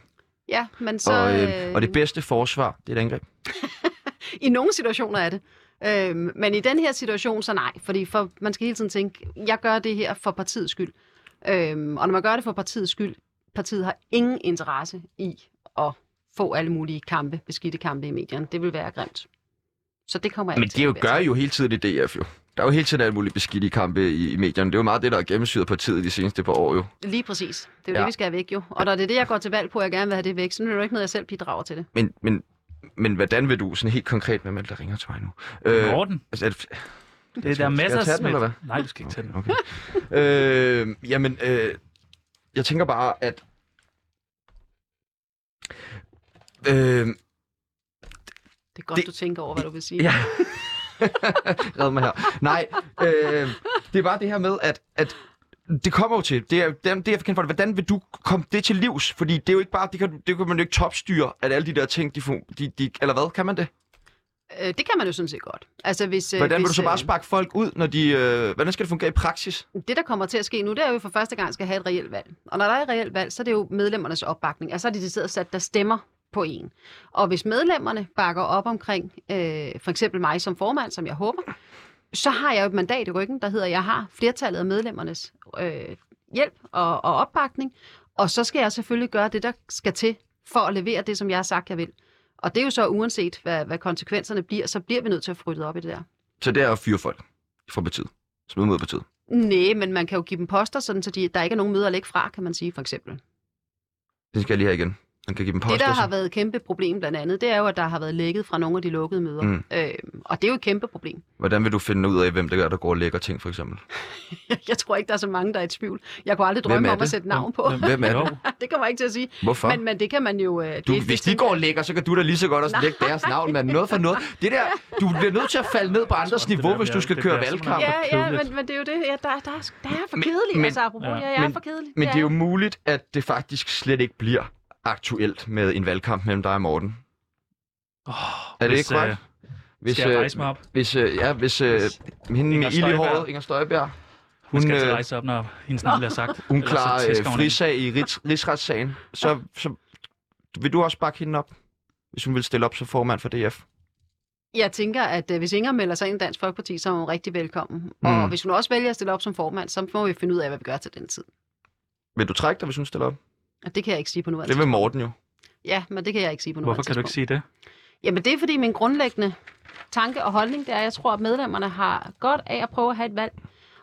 Ja, men så...
Så, og, øh, og det
øh,
bedste forsvar, det er et angreb.
I nogle situationer er det. Øhm, men i den her situation, så nej. Fordi for, man skal hele tiden tænke, jeg gør det her for partiets skyld. Øhm, og når man gør det for partiets skyld, partiet har ingen interesse i at få alle mulige kampe, beskidte kampe i medierne. Det vil være grimt. Så det kommer jeg
Men
ikke
det jo
til at
gør I jo hele tiden i DF jo. Der er jo hele tiden alt muligt beskidt i kampe i, i medierne. Det er jo meget det, der er gennemsyret partiet de seneste par år jo.
Lige præcis. Det er jo
Ja.
ja. det, vi skal have væk jo. Og når det er det, jeg går til valg på, at jeg gerne vil have det væk, så er det jo ikke noget, jeg selv bidrager til det.
Men, men, men hvordan vil du sådan helt konkret, hvem er det, der ringer til mig nu?
Morten,
altså, er det, [laughs]
det er der
Skal jeg tage den, eller hvad?
Messerschmidt. Nej, du skal ikke tage den.
okay. okay. øh, jamen, øh, jeg tænker bare, at Øh,
Det er godt,
Det-
det... du tænker over, hvad du vil sige.
Ja. Red mig her. Nej, øh, det er bare det her med, at, at det kommer jo til. Det er, dem, det er jeg kendt for. Hvordan vil du komme det til livs? Fordi det er jo ikke bare, det kan, du- det kan man jo ikke topstyre, at alle de der ting, de, får- de, de eller hvad, kan man det?
Øh, det kan man jo sådan set godt. Altså, hvis, øh,
Hvordan
hvis,
vil du så bare
øh,
sparke folk ud, når de, øh, hvordan skal det fungere i praksis?
det, der kommer til at ske nu, det er jo, at vi for første gang skal have et reelt valg. Og når der er et reelt valg, så er det jo medlemmernes opbakning. Altså, så er de decideret sat, der stemmer på en. Og hvis medlemmerne bakker op omkring øh, for eksempel mig som formand, som jeg håber, så har jeg jo et mandat i ryggen, der hedder, at jeg har flertallet af medlemmernes øh, hjælp og, og opbakning. Og så skal jeg selvfølgelig gøre det, der skal til for at levere det, som jeg har sagt, jeg vil. Og det er jo så uanset, hvad, hvad konsekvenserne bliver, så bliver vi nødt til at få ryddet op i det der.
Så det er at fyre folk fra partiet. Smid mod partiet.
Nej, men man kan jo give dem poster, sådan, så de, der ikke er nogen møder at lægge fra, kan man sige for eksempel. Poster,
Det skal jeg lige have igen. Man kan give dem poster.
det, der har
så-
været et kæmpe problem blandt andet, det er jo, at der har været lækket fra nogle af de lukkede møder.
Mm.
Mm. Øh, og det er jo et kæmpe problem. [laughs]
Hvordan vil du finde ud af, hvem det er, der går og lægger ting, for eksempel?
Jeg tror ikke, der er så mange, der er i tvivl. Jeg kunne aldrig
Hvem
drømme
er
om at
det?
sætte navn på.
Hvem er det?
[laughs] det kommer jeg ikke til at sige.
Hvorfor?
Men, men det kan man jo... øh, det-
Du,
det,
hvis de går og lægger, så kan du da lige så godt også lægge deres navn, mand. Noget for noget. Det der, du bliver nødt til at falde ned på andres
Det
niveau,
bliver-
hvis du skal
det
køre
bliver sådan
valgkamp.
noget.
Ja, ja,
kedeligt.
men, men det er jo det. Ja, der, der, er, der er for
Men-
kedelig,
men-
men, altså apropos.
Ja.
Ja, jeg er
Men-
for kedelig.
Men det er jo
jeg.
muligt, at det faktisk slet ikke bliver aktuelt med en valgkamp mellem dig og Morten.
Oh,
Er det ikke korrekt?
Hvis, skal jeg rejse mig op?
hvis, øh, ja, hvis øh,
Hvis
hende med
Inger
ild i
Støjberg-
håret, Inger Støjberg,
Hun,
hun,
skal til at
øh,
rejse op, når hendes navn bliver sagt.
hun
Ellers så
klarer øh,
tæsker hun en.
frisag i rigs, rigsretssagen, så, så vil du også bakke hende op, hvis hun vil stille op som formand for DF.
Jeg tænker, at øh, hvis Inger melder sig ind i Dansk Folkeparti, så er hun rigtig velkommen. Mm.
Mm.
Og hvis hun også vælger at stille op som formand, så må vi finde ud af, hvad vi gør til den tid.
Vil du trække dig, hvis hun stiller op?
Og det kan jeg ikke sige på nuværende
Det vil Morten jo.
Ja, men det kan jeg ikke sige på noget
Hvorfor kan du ikke sige det?
Jamen det er fordi min grundlæggende tanke og holdning, det er, at jeg tror, at medlemmerne har godt af at prøve at have et valg.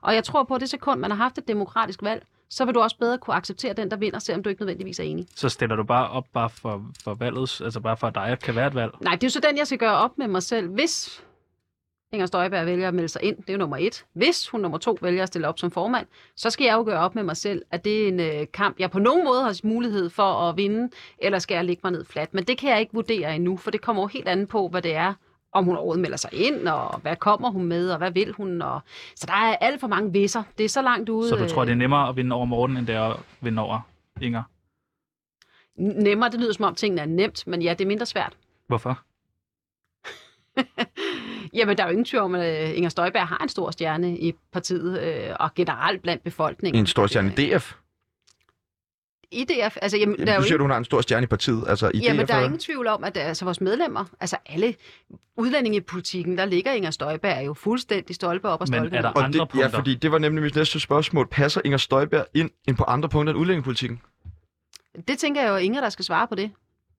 Og jeg tror på, at det sekund, man har haft et demokratisk valg, så vil du også bedre kunne acceptere den, der vinder, selvom du ikke nødvendigvis er enig.
Så stiller du bare op bare for, for valget, altså bare for at dig kan være et valg.
Nej, det er jo så den, jeg skal gøre op med mig selv. Hvis Inger Støjberg vælger at melde sig ind, det er jo nummer et. Hvis hun nummer to vælger at stille op som formand, så skal jeg jo gøre op med mig selv, at det er en øh, kamp, jeg på nogen måde har mulighed for at vinde, eller skal jeg lægge mig ned fladt. Men det kan jeg ikke vurdere endnu, for det kommer jo helt an på, hvad det er, om hun overhovedet melder sig ind, og hvad kommer hun med, og hvad vil hun. Og... Så der er alt for mange visser. Det er så langt ude.
Så du tror,
øh,
det er nemmere at vinde over Morten, end det er at vinde over Inger?
øh, nemmere. Det lyder som om tingene er nemt, men ja, det er mindre svært.
Hvorfor?
Jamen, der er jo ingen tvivl om, at øh, Inger Støjberg har en stor stjerne i partiet, øh, og generelt blandt befolkningen.
En stor stjerne i DF.
I DF, altså, jamen, der er
Jamen,
jo
du siger,
ikke,
du hun har en stor stjerne i partiet, altså i
jamen,
DF.
der er
eller
ingen tvivl om, at altså, vores medlemmer, altså alle udlændingepolitikken, der ligger Inger Støjberg jo fuldstændig stolpe op og
Men
stolpe
er der
ned.
Og
andre
det, ja,
punkter?
fordi det var nemlig mit næste spørgsmål. Passer Inger Støjberg ind, ind på andre punkter end udlændingepolitikken?
Det tænker jeg jo, at Inger, der skal svare på det.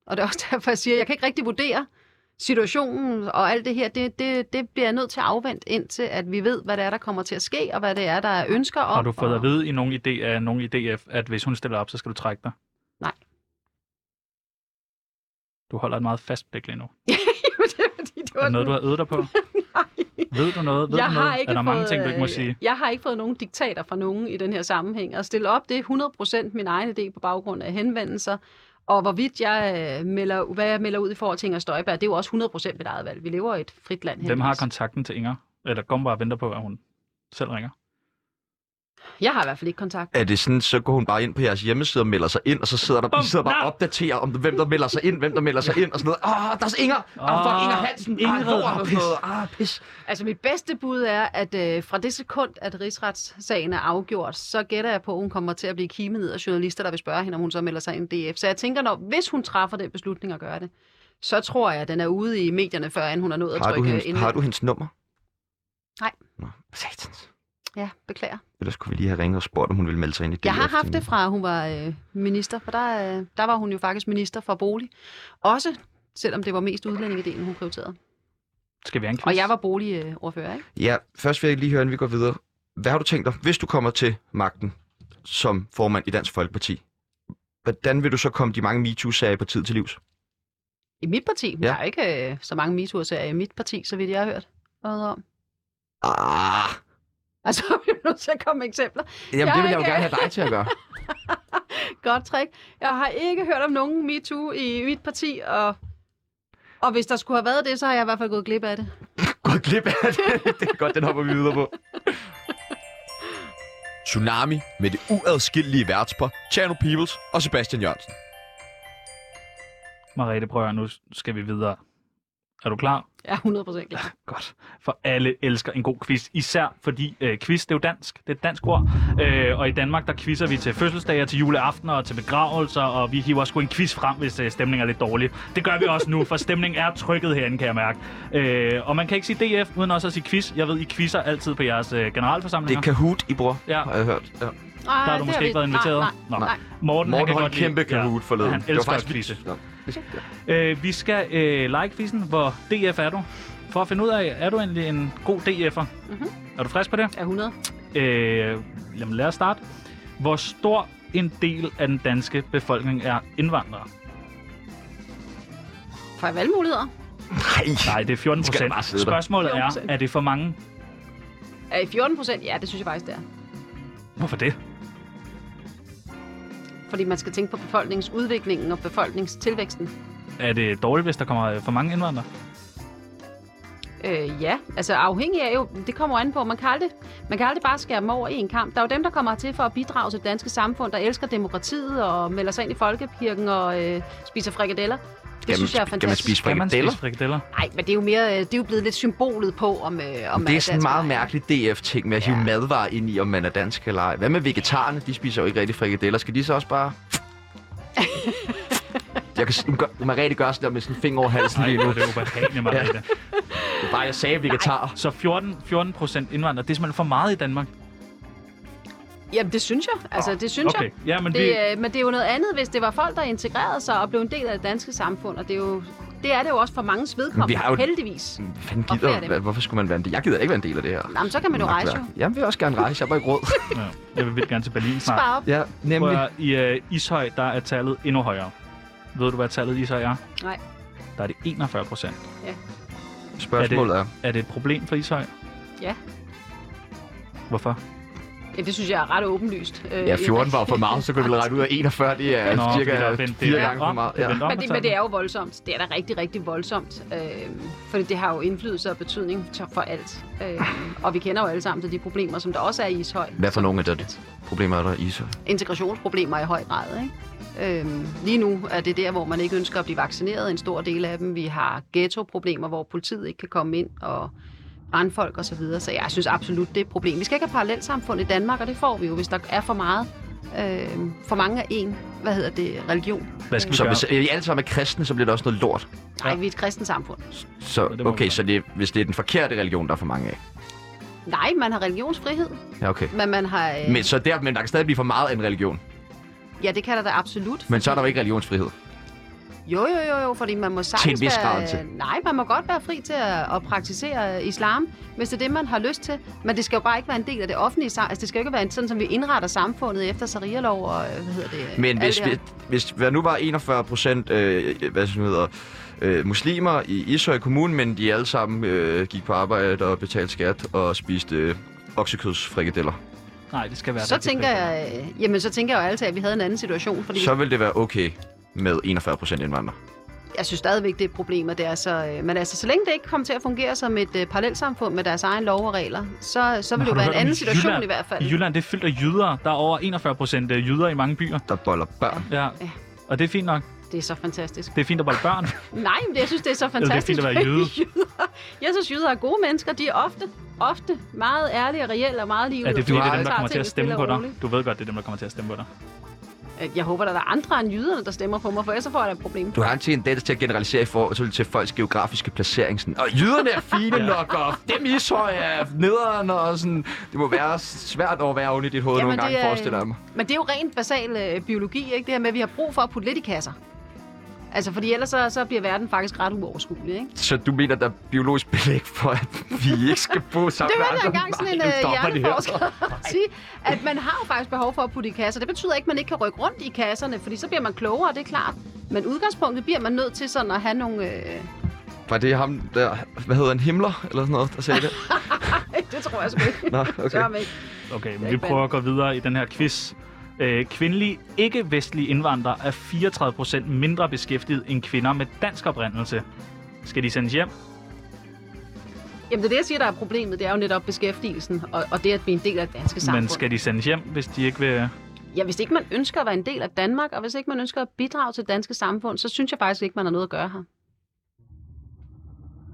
Og det er også [laughs] derfor, jeg siger, at jeg kan ikke rigtig vurdere situationen og alt det her. Det, det, det bliver jeg nødt til at afvente indtil, at vi ved, hvad det er, der kommer til at ske, og hvad det er, der er ønsker om.
Har du fået
og-
at vide i nogen idé af nogen i DF, at hvis hun stiller op, så skal du trække dig?
Nej.
Du holder et meget fast blik lige nu.
Jamen, [laughs] det er fordi, det
Er
var
det noget, du har øvet
[laughs]
dig på? Ved du noget? Ved
jeg
du noget?
har ikke
er der
fået,
mange ting, du ikke må
øh,
sige?
Jeg har ikke fået nogen diktater fra nogen i den her sammenhæng. At stille op, det er 100% min egen idé på baggrund af henvendelser. Og hvorvidt jeg øh, melder, hvad jeg melder ud i forhold til Inger Støjberg, det er jo også 100% mit eget valg. Vi lever i et frit land.
Hvem har
heldigvis.
kontakten til Inger? Eller kom bare og venter på, at hun selv ringer.
Jeg har i hvert fald ikke kontakt.
Er det sådan, så går hun bare ind på jeres hjemmeside og melder sig ind, og så sidder der
Bum,
de sidder bare
nå.
og opdaterer om, hvem der melder sig ind, hvem der melder sig ind, og sådan noget. Åh, der er Inger! Åh, oh, fuck,
Åh,
Inger Hansen!
Ingrid,
Ingrid, ah,
åh,
lort, og sådan noget. Ah, pis.
Altså mit bedste bud er, at øh, fra det sekund, at rigsretssagen er afgjort, så gætter jeg på, at hun kommer til at blive kimet ned af journalister, der vil spørge hende, om hun så melder sig ind i DF. Så jeg tænker, når, hvis hun træffer den beslutning at gøre det, så tror jeg, at den er ude i medierne, før end hun er nået at
Har du,
trykke
hendes,
indlæg.
har du hendes nummer?
Nej.
Nå, satans.
Ja, beklager.
Ellers kunne vi lige have ringet og spurgt, om hun ville melde sig ind i DF.
Jeg har haft det fra, at hun var øh, minister, for der, øh, der var hun jo faktisk minister for bolig. Også selvom det var mest udlændingedelen, hun prioriterede.
Skal vi have en quiz?
Og jeg var boligordfører, ikke?
Ja, først vil jeg lige høre, inden vi går videre. Hvad har du tænkt dig, hvis du kommer til magten som formand i Dansk Folkeparti? Hvordan vil du så komme de mange MeToo-sager på tid til livs?
I mit parti.
Ja.
Ja. Der er ikke øh, så mange MeToo-serier i mit parti, så vidt jeg har hørt noget om.
Ah,
[laughs] Altså, vi er nødt til at komme med eksempler.
jamen,
Jeg
det
er
vil jeg jo
ikke-
gerne have dig til at gøre.
Godt trick. Jeg har ikke hørt om nogen MeToo i mit parti, og, og hvis der skulle have været det, så har jeg i hvert fald gået glip af det.
Gået glip af det. [laughs] Det er godt, den hopper vi videre på.
Tsunami med det uadskillelige værtspar Tjerno Peoples og Sebastian Jørgensen.
Mariette, prøv at høre, nu skal vi videre. Er du klar?
Jeg er 100% klar.
Godt. For alle elsker en god quiz. Især fordi øh, quiz, det er jo dansk. Det er et dansk ord. Øh, og i Danmark, der quizzer vi til fødselsdage, til juleaftener og til begravelser. Og vi hiver sgu en quiz frem, hvis øh, stemningen er lidt dårlig. Det gør vi også nu, for stemningen er trykket herinde, kan jeg mærke. Øh, og man kan ikke sige DF uden også at sige quiz. Jeg ved, I quizzer altid på jeres øh,
Det
generalforsamlinger.
er Kahoot, I bruger,
Ja.
har jeg hørt. Ja.
Ej,
Der har
det
du
har
måske
vi-
ikke været inviteret?
Nej, nej,
Nå.
nej.
Morten,
Morten
han kan
holdt en
godt lide-
kæmpe Kahoot
ja,
forleden.
Han
Det var
elsker
faktisk
at quizze.
vildt. Nå.
Øh, vi skal øh, like quizzen, hvor DF er du. For at finde ud af, er du egentlig en god DF'er?
Mhm.
Mm-hmm. Er du frisk på det?
Er 100?
Øh, jamen lad os starte. Hvor stor en del af den danske befolkning er indvandrere?
Får jeg valgmuligheder?
Nej, det er 14
Skal der
procent.
bare sidde der?
Spørgsmålet er,
14%.
er det for mange?
Er I 14 procent? Ja, det synes jeg faktisk, det er.
Hvorfor det?
Fordi man skal tænke på befolkningsudviklingen og befolkningstilvæksten.
Er det dårligt, hvis der kommer øh, for mange indvandrere?
Øh, ja, altså afhængig af jo, det kommer an på, man kan aldrig, man kan aldrig bare skære dem over i en kamp. Der er jo dem, der kommer til for at bidrage til det danske samfund, der elsker demokratiet og melder sig ind i folkekirken og øh, spiser frikadeller. Det
Kan man
synes jeg er
spi- Kan man
fantastisk.
spise
Kan man
frikadeller?
spise frikadeller?
Nej, men det er jo mere, øh, det er jo blevet lidt symbolet på, om, øh, om man
Det er sådan en
dansk
meget
eller ej.
mærkelig DF-ting med at hive
Ja.
madvarer ind i, om man er dansk eller ej. Hvad med vegetarerne? De spiser jo ikke rigtig frikadeller. Skal de så også
[laughs]
bare... Jeg kan, s- hun gør, Mariette gør sådan der med sådan en finger over halsen
Nej,
lige
[laughs]
nu.
det [laughs] er ubehageligt, Mariette.
Det er bare, jeg sagde vegetar.
Så 14, 14 procent indvandrere, det er simpelthen for meget i Danmark.
Jamen, det synes jeg. Altså, det synes
Okay,
jeg.
ja, men vi...
Det, øh, men det er jo noget andet, hvis det var folk, der integrerede sig og blev en del af det danske samfund, og det er jo... Det er det jo også for manges vedkommende,
vi har jo-
heldigvis.
Hvad fanden
Og flere af
gider,
dem.
hvad- hvorfor skulle man være en del? Jeg gider ikke være en del af det her.
Jamen, så kan man jo rejse jo.
Magtværk. Jeg vil også gerne rejse. Jeg er bare
[laughs]
ikke råd.
Ja, jeg vil vildt gerne til Berlin snart.
Bare op.
Ja,
Prøv
nemlig.
at, høre, I øh, Ishøj, der er tallet endnu højere. Ved du, hvad tallet i Ishøj er?
Nej.
Der er det 41 procent.
Spørgsmålet er,
Er det et problem for Ishøj?
Ja.
Hvorfor?
Ja, det synes jeg er ret åbenlyst. Øh,
ja, 14 var jo for meget, så kunne vi vel regne ud af 41. Det er
Nå, fordi der er
cirka
vendt det
fire
er
gange for
om.
meget.
Det er
Ja.
vendt om
men,
på
det, men det
tallet.
er jo voldsomt. Det er da rigtig, rigtig voldsomt. Øh, fordi det har jo indflydelse og betydning til- for alt. Øh, og vi kender jo alle sammen til de problemer, som der også er i Ishøj.
Hvad for nogle af de problemer er der i så?
Integrationsproblemer i høj grad, ikke? Øhm, lige nu er det der, hvor man ikke ønsker at blive vaccineret, en stor del af dem. Vi har ghetto-problemer, hvor politiet ikke kan komme ind og brandfolk osv. Så, videre. så jeg synes absolut, det er et problem. Vi skal ikke have parallelsamfund i Danmark, og det får vi jo, hvis der er for meget. Øh, for mange af en, hvad hedder det, religion.
Hvad skal vi
Så
gøre?
hvis I alle sammen er kristne, så bliver det også noget lort.
Nej, vi er et kristent samfund.
Så,
det må
okay,
man
så det, hvis det er den forkerte religion, der er for mange af.
Nej, man har religionsfrihed,
Ja, okay.
men man har... Øh,
Men, så der, men der kan stadig blive for meget af en religion.
Ja, det kan der da absolut.
Men så er der jo ikke religionsfrihed.
Jo, jo, jo, jo, fordi man må sagtens
Til en vis
være...
grad til.
Nej, man må godt være fri til at, at praktisere øh, islam, hvis det er det, man har lyst til. Men det skal jo bare ikke være en del af det offentlige sam- Altså, det skal jo ikke være en, sådan, som vi indretter samfundet efter sharia-lov og, øh, hvad hedder det...
Men
alt
hvis,
det her.
vi, hvis hvad nu var 41 procent øh, hvad sådan hedder, øh, muslimer i Ishøj Kommune, men de alle sammen øh, gik på arbejde og betalte skat og spiste øh, oksekødsfrikadeller,
Nej, det skal være
Så
rigtig
tænker
fedt.
jeg... øh, Jamen, så tænker jeg jo altid, at vi havde en anden situation, fordi
så ville det være okay med 41 procent indvandrere.
jeg synes stadigvæk, det er et problem, at det er så... Øh, men altså, så længe det ikke kommer til at fungere som et øh, parallelsamfund med deres egen lov og regler, så, så vil det
Har
jo
du
være
hørt
en
om
anden situation
Jylland?
i hvert fald.
I Jylland, det er fyldt af jyder. Der er over 41 procent øh, jyder i mange byer.
Der boller børn.
Ja.
Ja.
Og det er fint nok.
Det er så fantastisk.
Det er fint at bolde
[laughs]
børn.
Nej, men det- jeg synes, det er så
det er
fantastisk.
fint at være jøde.
jyder. Jeg synes, jyder er gode mennesker. De er ofte, ofte meget ærlige og reelle og meget lige ud.
er det fordi, det er dem, der
Tager
kommer til at
tingene
stemme
stille
på
og
dig? Du ved godt, det er dem, der kommer til at stemme på dig.
roligt. Øh, Jeg håber, der er andre end jyderne, der stemmer på mig, for ellers så får jeg da et problem.
Du har en tendens til at generalisere i forhold til folks geografiske placering. Sådan, og jyderne er fine
Ja.
nok, og dem i så er nederen, og sådan. Det må være svært at være oven i dit hoved
Jamen,
nogle gange,
det er-
forestiller jeg mig.
Men det er jo rent basal øh, biologi, ikke? Det her med, at vi har brug for at putte lidt i kasser. Altså, fordi ellers så, så bliver verden faktisk ret uoverskuelig, ikke?
Så du mener, der er biologisk belæg for, at vi ikke skal bo sammen
[laughs] Det var der
med andre?
engang sådan en
Nej, nu
øh,
stopper det her.
hjerneforsker at [laughs] sige, at man har jo faktisk behov for at putte i kasser. Det betyder ikke, at man ikke kan rykke rundt i kasserne, fordi så bliver man klogere, det er klart. Men udgangspunktet bliver man nødt til sådan at have nogle... Øh... [laughs]
Var det ham der, hvad hedder han, Himmler, eller sådan noget, der sagde det?
det tror jeg sgu ikke.
Nå,
Okay.
[laughs] okay.
ikke.
Okay, men
er
vi
ikke
prøver at gå videre i den her quiz. Øh, kvindelige ikke-vestlige indvandrere er 34% mindre beskæftiget end kvinder med dansk oprindelse. Skal de sendes hjem?
Jamen det er det, jeg siger, der er problemet. Det er jo netop beskæftigelsen, og, og det at blive en del af det danske samfund.
Men skal de sendes hjem, hvis de ikke vil...
Ja, hvis ikke man ønsker at være en del af Danmark, og hvis ikke man ønsker at bidrage til det danske samfund, så synes jeg faktisk ikke, man har noget at gøre her.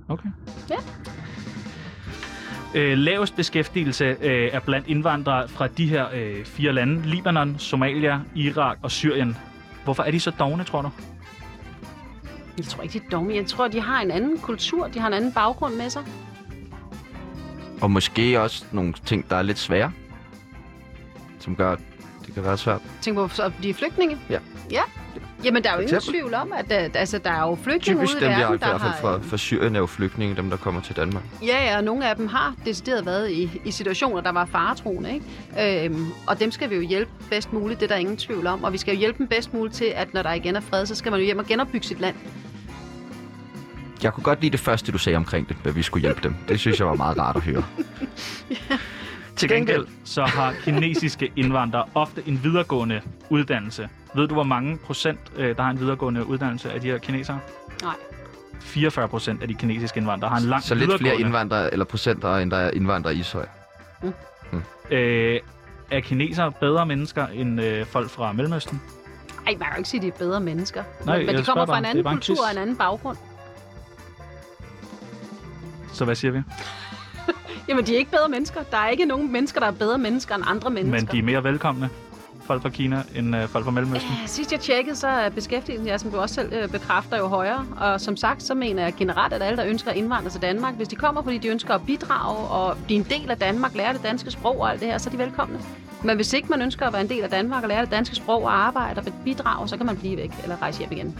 Okay.
Ja.
Øh, lavest beskæftigelse øh, er blandt indvandrere fra de her øh, fire lande. Libanon, Somalia, Irak og Syrien. Hvorfor er de så dogne, tror du?
Jeg tror ikke, de er dumme. Jeg tror, de har en anden kultur, de har en anden baggrund med sig.
Og måske også nogle ting, der er lidt svære, som gør, at det kan være svært.
Tænk på, så de er flygtninge.
Ja.
ja. Jamen, der er jo ingen
Eksempel.
tvivl om, at øh, altså, der er jo flygtninge
Typisk
ude i
dem, vi har i
verden, der
hvert fald
har...
fra,
øh,
fra Syrien, er jo flygtninge, dem der kommer til Danmark.
Ja, ja, og nogle af dem har decideret været i, i situationer, der var faretroende. Ikke? Øhm, og dem skal vi jo hjælpe bedst muligt, det er der ingen tvivl om. Og vi skal jo hjælpe dem bedst muligt til, at når der igen er fred, så skal man jo hjem og genopbygge sit land.
Jeg kunne godt lide det første, du sagde omkring det, at vi skulle hjælpe dem. Det synes jeg var meget rart at høre.
Til gengæld så har kinesiske indvandrere ofte en videregående uddannelse. Ved du, hvor mange procent, øh, der har en videregående uddannelse af de her kinesere?
Nej.
44 procent af de kinesiske indvandrere har en lang
Så lidt flere
videregående.
indvandrere, eller procenter, end der er indvandrere i Ishøj.
Øh, er kinesere bedre mennesker end øh, folk fra Mellemøsten?
Ej, man kan jo ikke sige, at de er bedre mennesker.
Nej,
men, men de
jeg spørger
kommer fra
bare.
en
Det er
anden
bare en
kultur
quiz.
og en anden baggrund.
Så hvad siger vi?
Jamen, de er ikke bedre mennesker. Der er ikke nogen mennesker, der er bedre mennesker end andre
Men
mennesker.
de er mere velkomne, folk fra Kina, end øh, folk fra Mellemøsten.
Øh, Sidst jeg tjekkede, så er beskæftigelsen, ja, som du også selv øh, bekræfter, jo højere. Og som sagt, så mener jeg generelt, at alle, der ønsker at indvandre til Danmark, hvis de kommer, fordi de ønsker at bidrage og blive en del af Danmark, lære det danske sprog og alt det her, så er de velkomne. Men hvis ikke man ønsker at være en del af Danmark og lære det danske sprog og arbejde og bidrage, så kan man blive væk eller rejse hjem igen.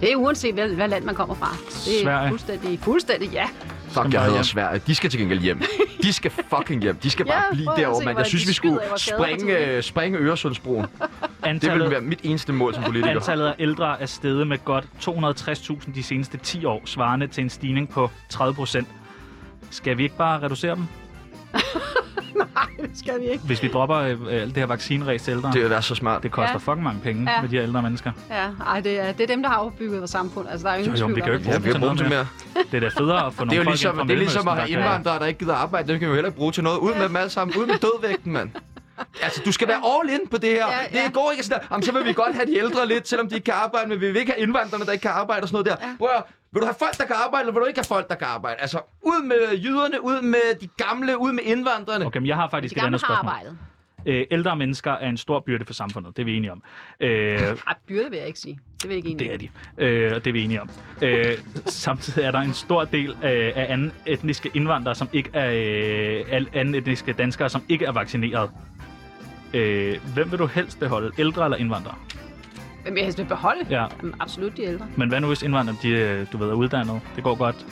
Det er uanset, hvad, hvad land man kommer fra. Det er
Sverige.
fuldstændig, fuldstændig, ja. [laughs]
Fuck, jeg
bare
hader
hjem.
Sverige. De skal til gengæld hjem. De skal fucking hjem. De skal bare
Ja,
blive
prøv at se,
derovre, mand.
hvordan
Jeg
de
synes, vi
skyder
skulle
i vores gader for
springe,
tiden.
øh, springe Øresundsbroen. Det ville
Antallet,
være mit eneste mål som politiker.
antallet af ældre er steget med godt 260.000 de seneste 10 år, svarende til en stigning på 30 procent. Skal vi ikke bare reducere dem,
Nej, det skal vi ikke.
hvis vi dropper øh, øh, alt det her vaccineræs til ældre?
Det
Det,
ville være så smart.
det koster
Ja.
ja. fucking mange penge
Ja.
ja. med de her ældre mennesker.
Ja, ej, det er, det er dem, der har opbygget vores samfund. Altså, der er jo ingen
Jo, jo, men
tvivl
vi kan jo ikke
om, at-
Ja, vi kan bruge dem til mere.
Det er da federe at få nogle
Det er jo
folk ind
ligesom,
fra
det er ligesom at have
Mellemøsten, der kan-
indvandrere, der ikke gider arbejde. Dem kan vi jo heller ikke bruge til noget. Ud med dem alle sammen. Ud med dødvægten, mand. Altså, du skal være all in på det her.
Ja,
Ja, ja.
ja.
Det går ikke sådan der. Jamen, så vil vi godt have de ældre lidt, selvom de ikke kan arbejde, men vi vil ikke have indvandrerne, der ikke kan arbejde og sådan noget der. Ja. Prøv at, høre, vil du have folk, der kan arbejde, eller vil du ikke have folk, der kan arbejde? Altså, ud med jyderne, ud med de gamle, ud med indvandrerne.
Okay, men jeg har
De
faktisk et
gamle
andet
har
spørgsmål.
arbejdet.
Øh, ældre mennesker er en stor byrde for samfundet, det er vi enige om. Øh,
Ej, byrde vil jeg ikke sige. Det vil jeg ikke egentlig.
Det er de, øh, og det er vi enige om. Øh, samtidig er der en stor del øh, af anden etniske indvandrere, som ikke er øh, al- anden etniske danskere, som ikke er vaccineret. Øh, hvem vil du helst beholde, ældre eller indvandrere?
Hvem jeg helst vil beholde?
Ja,
Jamen, Absolut de ældre.
men hvad nu hvis indvandrere, de, øh, du ved, er uddannet? Det går godt.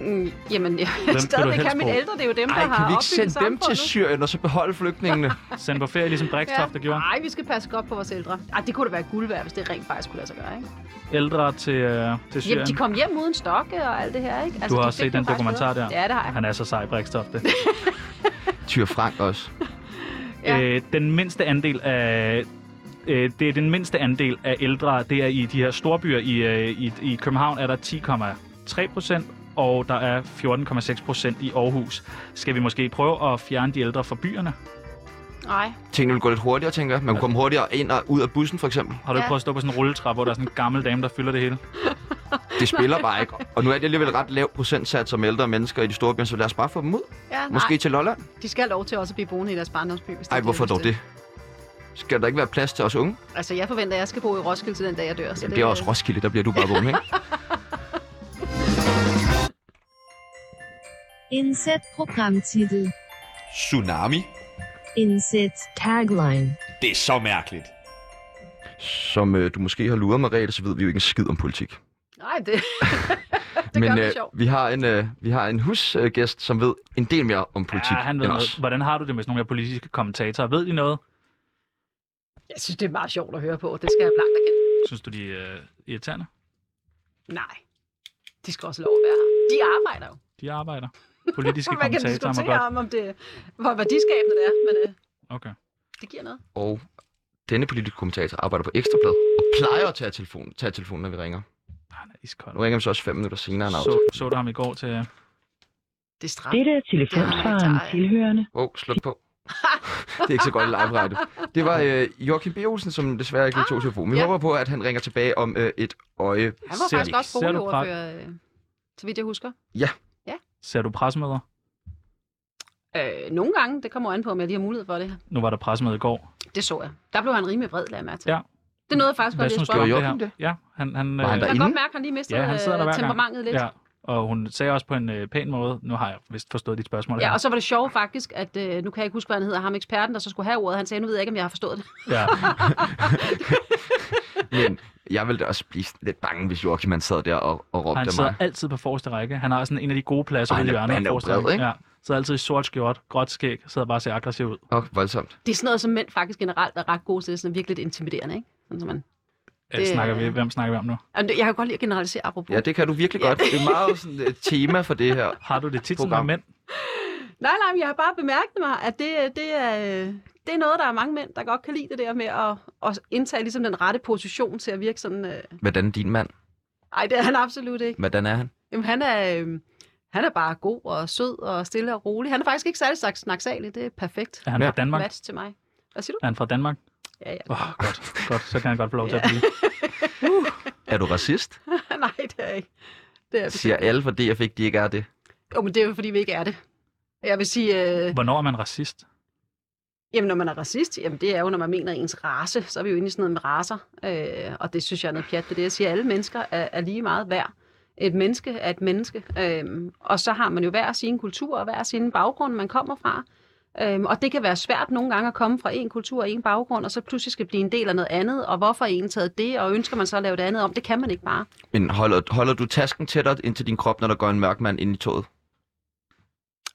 Mm, [laughs] jamen, jeg
vil
vil
du
stadigvæk
helst
have mine
bruge?
ældre. Det er jo dem,
Ej,
der
kan
har
vi ikke
opbygget
sende dem til
samfundet.
Syrien og så beholde flygtningene?
Send på ferie, ligesom Brikstof, der gjorde.
Nej, vi skal passe godt på vores ældre. Ej, det kunne da være guld værd, hvis det rent faktisk kunne lade sig gøre, ikke?
Ældre til, øh, til Syrien.
Jamen, de kom hjem uden stokke og alt det her, ikke? Altså,
du har
de
også
fik
set
det
den
faktisk
dokumentar
bedre.
der.
Ja, det har jeg.
Han er så sej, Brikstof, det.
Tyr Frank også.
[laughs] Ja.
Øh, den mindste andel af øh, det er den mindste andel af ældre, det er i de her storbyer i, øh, i, i København er der 10,3 procent, og der er 14,6 procent i Aarhus. Skal vi måske prøve at fjerne de ældre fra byerne?
Nej.
Tingene ville gå lidt hurtigere, tænker jeg. Man kunne komme hurtigere ind og ud af bussen, for eksempel.
Har du ikke
Ja.
prøvet at stå på sådan en rulletrappe, hvor der er sådan en gammel dame, der fylder det hele?
Det spiller bare ikke. Og nu er det alligevel ret lav procentsats om ældre mennesker i de store byer, så lad os bare få dem ud.
Ja, nej.
Måske til Lolland.
De skal have lov til også at blive boende i deres barndomsby, hvis det
Ej,
er
hvorfor
de har
dog
lyst til.
det? Skal der ikke være plads til os unge?
Altså, jeg forventer, at jeg skal bo i Roskilde til den dag, jeg dør. Så øh,
Jamen, det er også Roskilde, der bliver du bare vågen,
[laughs]
ikke?
Inset programtitel.
Tsunami?
Inset tagline.
Det er så mærkeligt.
Som øh, du måske har luret, Mariette, så ved vi jo ikke en skid om politik.
Nej,
[laughs]
det, det gør
Men
vi
øh,
sjovt.
vi har en, øh, vi har en husgæst, som ved en del mere om politik
Ja, han ved
end
noget.
os.
Hvordan har du det med sådan nogle her politiske kommentatorer? Ved de noget?
Jeg synes, det er meget sjovt at høre på. Det skal jeg blankt erkende.
Synes du, de er øh, irriterende?
Nej. De skal også have lov at være her. De arbejder jo.
De arbejder. politiske
[laughs] Man kan
kommentatorer mig
diskutere
godt.
om, om det, hvor værdiskabende det er, men øh,
Okay.
det giver noget.
Og denne politiske kommentator arbejder på Ekstrablad og plejer at tage telefonen, tage telefonen, når vi ringer.
Han er iskold.
Nu ringer vi så også fem minutter senere end aftalt.
Så, så du ham i går til...
Det er stramt.
Dette er telefonsvaren
Ej, ej.
tilhørende.
Åh, oh, sluk på. [laughs] det er ikke så godt i live radio. Det var øh, Joachim B. Olsen, som desværre ikke lige tog telefonen. Vi
Ah, ja.
håber på, at han ringer tilbage om øh, et øje.
Han var
Ser-
faktisk også
ser du
boligordfører, øh, så vidt jeg husker.
Ser du pressemøder?
Øh, nogle gange, det kommer an på, om jeg lige har mulighed for det her.
Nu var der pressemøde i går.
Det så jeg. Der blev han rimelig vred, lader jeg mærke til.
Ja.
Det nåede jeg faktisk
Hvad
godt lige at
synes du
spørge
om
om.
det
Joachim
her? Ja, han... han
Var han
Jeg
derinde?
kan godt mærke, at han lige mistede
Ja, han sidder der hver
øh,
gang.
temperamentet lidt.
Ja, og hun sagde også på en øh, pæn måde, nu har jeg vist forstået dit spørgsmål
Ja,
her.
og så var det sjovt faktisk, at øh, nu kan jeg ikke huske, hvad han hedder, ham eksperten, der så skulle have ordet. Han sagde, nu ved jeg ikke, om jeg har forstået det.
ja.
Men jeg ville da også blive sådan lidt bange, hvis Joachim han sad der og, og
Og
råbte
han
af
sidder
mig.
altid på forreste række. Han har sådan en af de gode pladser
Og
ude
han
i
er-
hjørnet. af
han er jo
forreste
bred,
række.
ikke?
Ja. Sidder altid i sort skjort, gråt skæg, sidder bare og ser aggressiv ud.
Åh, oh, voldsomt.
Det er sådan noget, som mænd faktisk generelt er ret gode til. Sådan er virkelig lidt intimiderende, ikke? Sådan, som man...
Det...
Det-
Øh, Snakker vi, hvem snakker vi om nu?
Jamen, det- Jeg kan godt lide at generalisere apropos.
Ja, det kan du virkelig godt. Det er meget sådan et tema for det her.
Har du det tit sådan med
Program.
mænd?
Nej, nej, men jeg har bare bemærket mig, at det, det, er, øh, det er noget, der er mange mænd, der godt kan lide det der med at, at indtage ligesom den rette position til at virke sådan... Øh...
Hvordan er din mand?
Ej, det er han absolut ikke.
Hvordan er han?
Jamen, han er, øh, han er bare god og sød og stille og rolig. Han er faktisk ikke særlig snak- snaksalig. Det er perfekt
Er han
Ja.
fra Danmark?
match til mig. [laughs] Hvad siger du?
Er han fra Danmark?
Ja, ja.
Åh, oh, godt. godt. Så kan han godt få lov til at
Ja.
blive.
Er du racist?
nej, det er jeg ikke. Det er jeg
Siger alle fra DF ikke, de ikke er det.
Jo, men det er jo, fordi vi ikke er det. Jeg vil sige, øh,
Hvornår er man racist?
jamen, når man er racist, jamen, det er jo, når man mener ens race, så er vi jo inde i sådan noget med raser, øh, og det synes jeg er noget pjat. Det er det, jeg siger, alle mennesker er, er lige meget værd. Et menneske er et menneske, øh, og så har man jo hver sin kultur og hver sin baggrund, man kommer fra. Øhm, og det kan være svært nogle gange at komme fra en kultur og en baggrund, og så pludselig skal blive en del af noget andet, og hvorfor er en taget det, og ønsker man så at lave det andet om? Det kan man ikke bare.
Men holder, holder du tasken tættere ind til din krop, når der går en mørk mand ind i toget?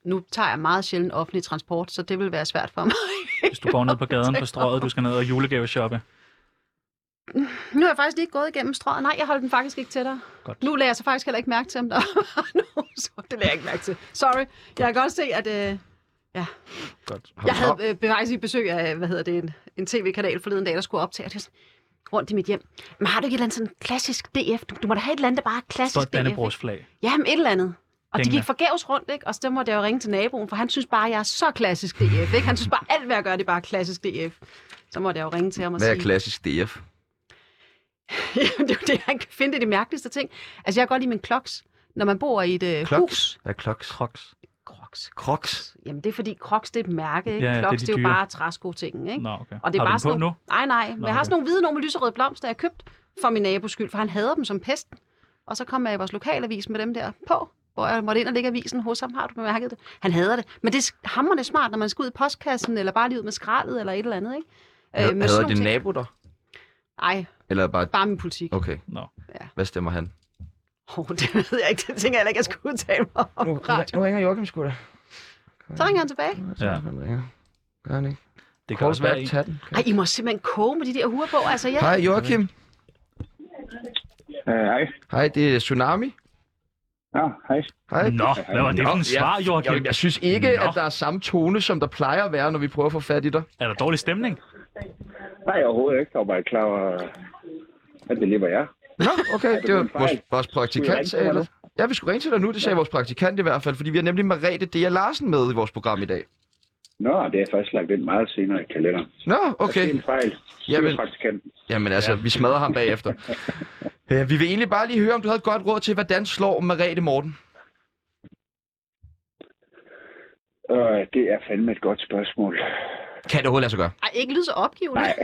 Nu tager jeg meget sjældent offentlig transport, så det vil være svært for mig.
Hvis du går ned på gaden på strøget, du skal ned og julegaveshoppe.
Nu har jeg faktisk lige gået igennem strøget. Nej, jeg holdt den faktisk ikke tættere.
Godt.
Nu lader jeg så faktisk heller ikke mærke til, om der [laughs] var nogen sort. Det lader jeg ikke mærke til. Sorry. Jeg kan godt se, at øh,
Godt.
Hold
jeg
da op.
havde øh, faktisk i besøg af hvad hedder det, en, en tv-kanal forleden dag, der skulle optage. Og det var sådan, rundt i mit hjem. Men har du ikke et eller andet sådan klassisk DF? Du, du må da have et eller andet, der bare er klassisk
Står et
DF. ikke?
Dannebrogs flag.
Jamen et eller andet. Og de
Pengene.
gik forgæves rundt, ikke? Og så måtte jeg jo ringe til naboen, for han synes bare, at jeg er så klassisk DF, ikke? Han synes bare, alt hvad jeg gør, det er bare klassisk DF. Så måtte jeg jo ringe til ham og
Hvad er
sige...
klassisk DF?
Jamen, [laughs] det er jo det, han kan finde. Det er de mærkeligste ting. Altså, jeg kan godt lide min kloks. Når man bor i et øh,
Kloks?
hus...
Hvad er kloks?
Crocs.
Crocs.
Crocs?
Jamen, det er fordi Crocs, det er et mærke, ikke?
Ja, ja, det er
Crocs,
de
det er, jo
dyre.
bare træsko-tingen, ikke?
Nå, okay.
Og det er
har du
bare
den på nu?
sådan nogle... Nej, nej. Men
Nå,
jeg har
okay.
sådan nogle hvide, nogle med lyserøde blomster, jeg har købt for min nabos skyld, for han hader dem som pesten. Og så kom jeg i vores lokalavis med dem der på, hvor jeg måtte ind og lægge avisen hos ham. Har du bemærket det? Han hader det. Men det er hammerne smart, når man skal ud i postkassen, eller bare lige ud med skraldet, eller et eller andet, ikke?
Øh,
men
Hader
sådan
din
nogle ting-
nabo der?
Ej,
Eller bare...
bare min politik.
Okay.
Nå.
Ja.
Hvad stemmer han?
Åh, [laughs] oh, det ved jeg ikke. Det tænker jeg heller ikke, jeg skulle udtale mig om. på radio.
nu ringer Joachim sgu da.
Så ringer han tilbage.
Ja.
Han ringer. Gør han ikke?
Det kan også være en.
Tag den.
Ej, I må simpelthen koge med de der huer på. Altså, ja.
Hej Joachim.
Øh, hej.
Hej, det er Tsunami.
Ja, hej.
Hej.
Nå, hvad var det for
Nå,
en
ja.
svar, Joachim?
Jeg, jeg synes ikke,
Nå.
at der er samme tone, som der plejer at være, når vi prøver at få fat i dig.
Er der dårlig stemning?
Nej, overhovedet ikke. Jeg var bare ikke klar over, at det lige var jer.
Nå, okay.
[laughs] det
Det
var
var
en fejl.
vores, vores
Skulle jeg ringe
praktikant,
til
sagde
dig
eller? Ja, vi skulle ringe til dig nu, det sagde vores praktikant i hvert fald, fordi vi har nemlig Marete Dea Larsen med i vores program i dag.
Nå, det er først lagt ind meget senere i kalenderen.
Nå,
Det er
okay.
en fejl.
Jamen.
Jamen. Det er praktikanten.
Jamen altså, vi smadrer ham bagefter. Øh, Vi vil egentlig bare lige høre, om du havde et godt råd til, hvordan slår Marete Morten?
Øh, det er fandme et godt spørgsmål.
Kan det overhovedet lade sig gøre?
Ej, ikke lyde så opgivende. Nej.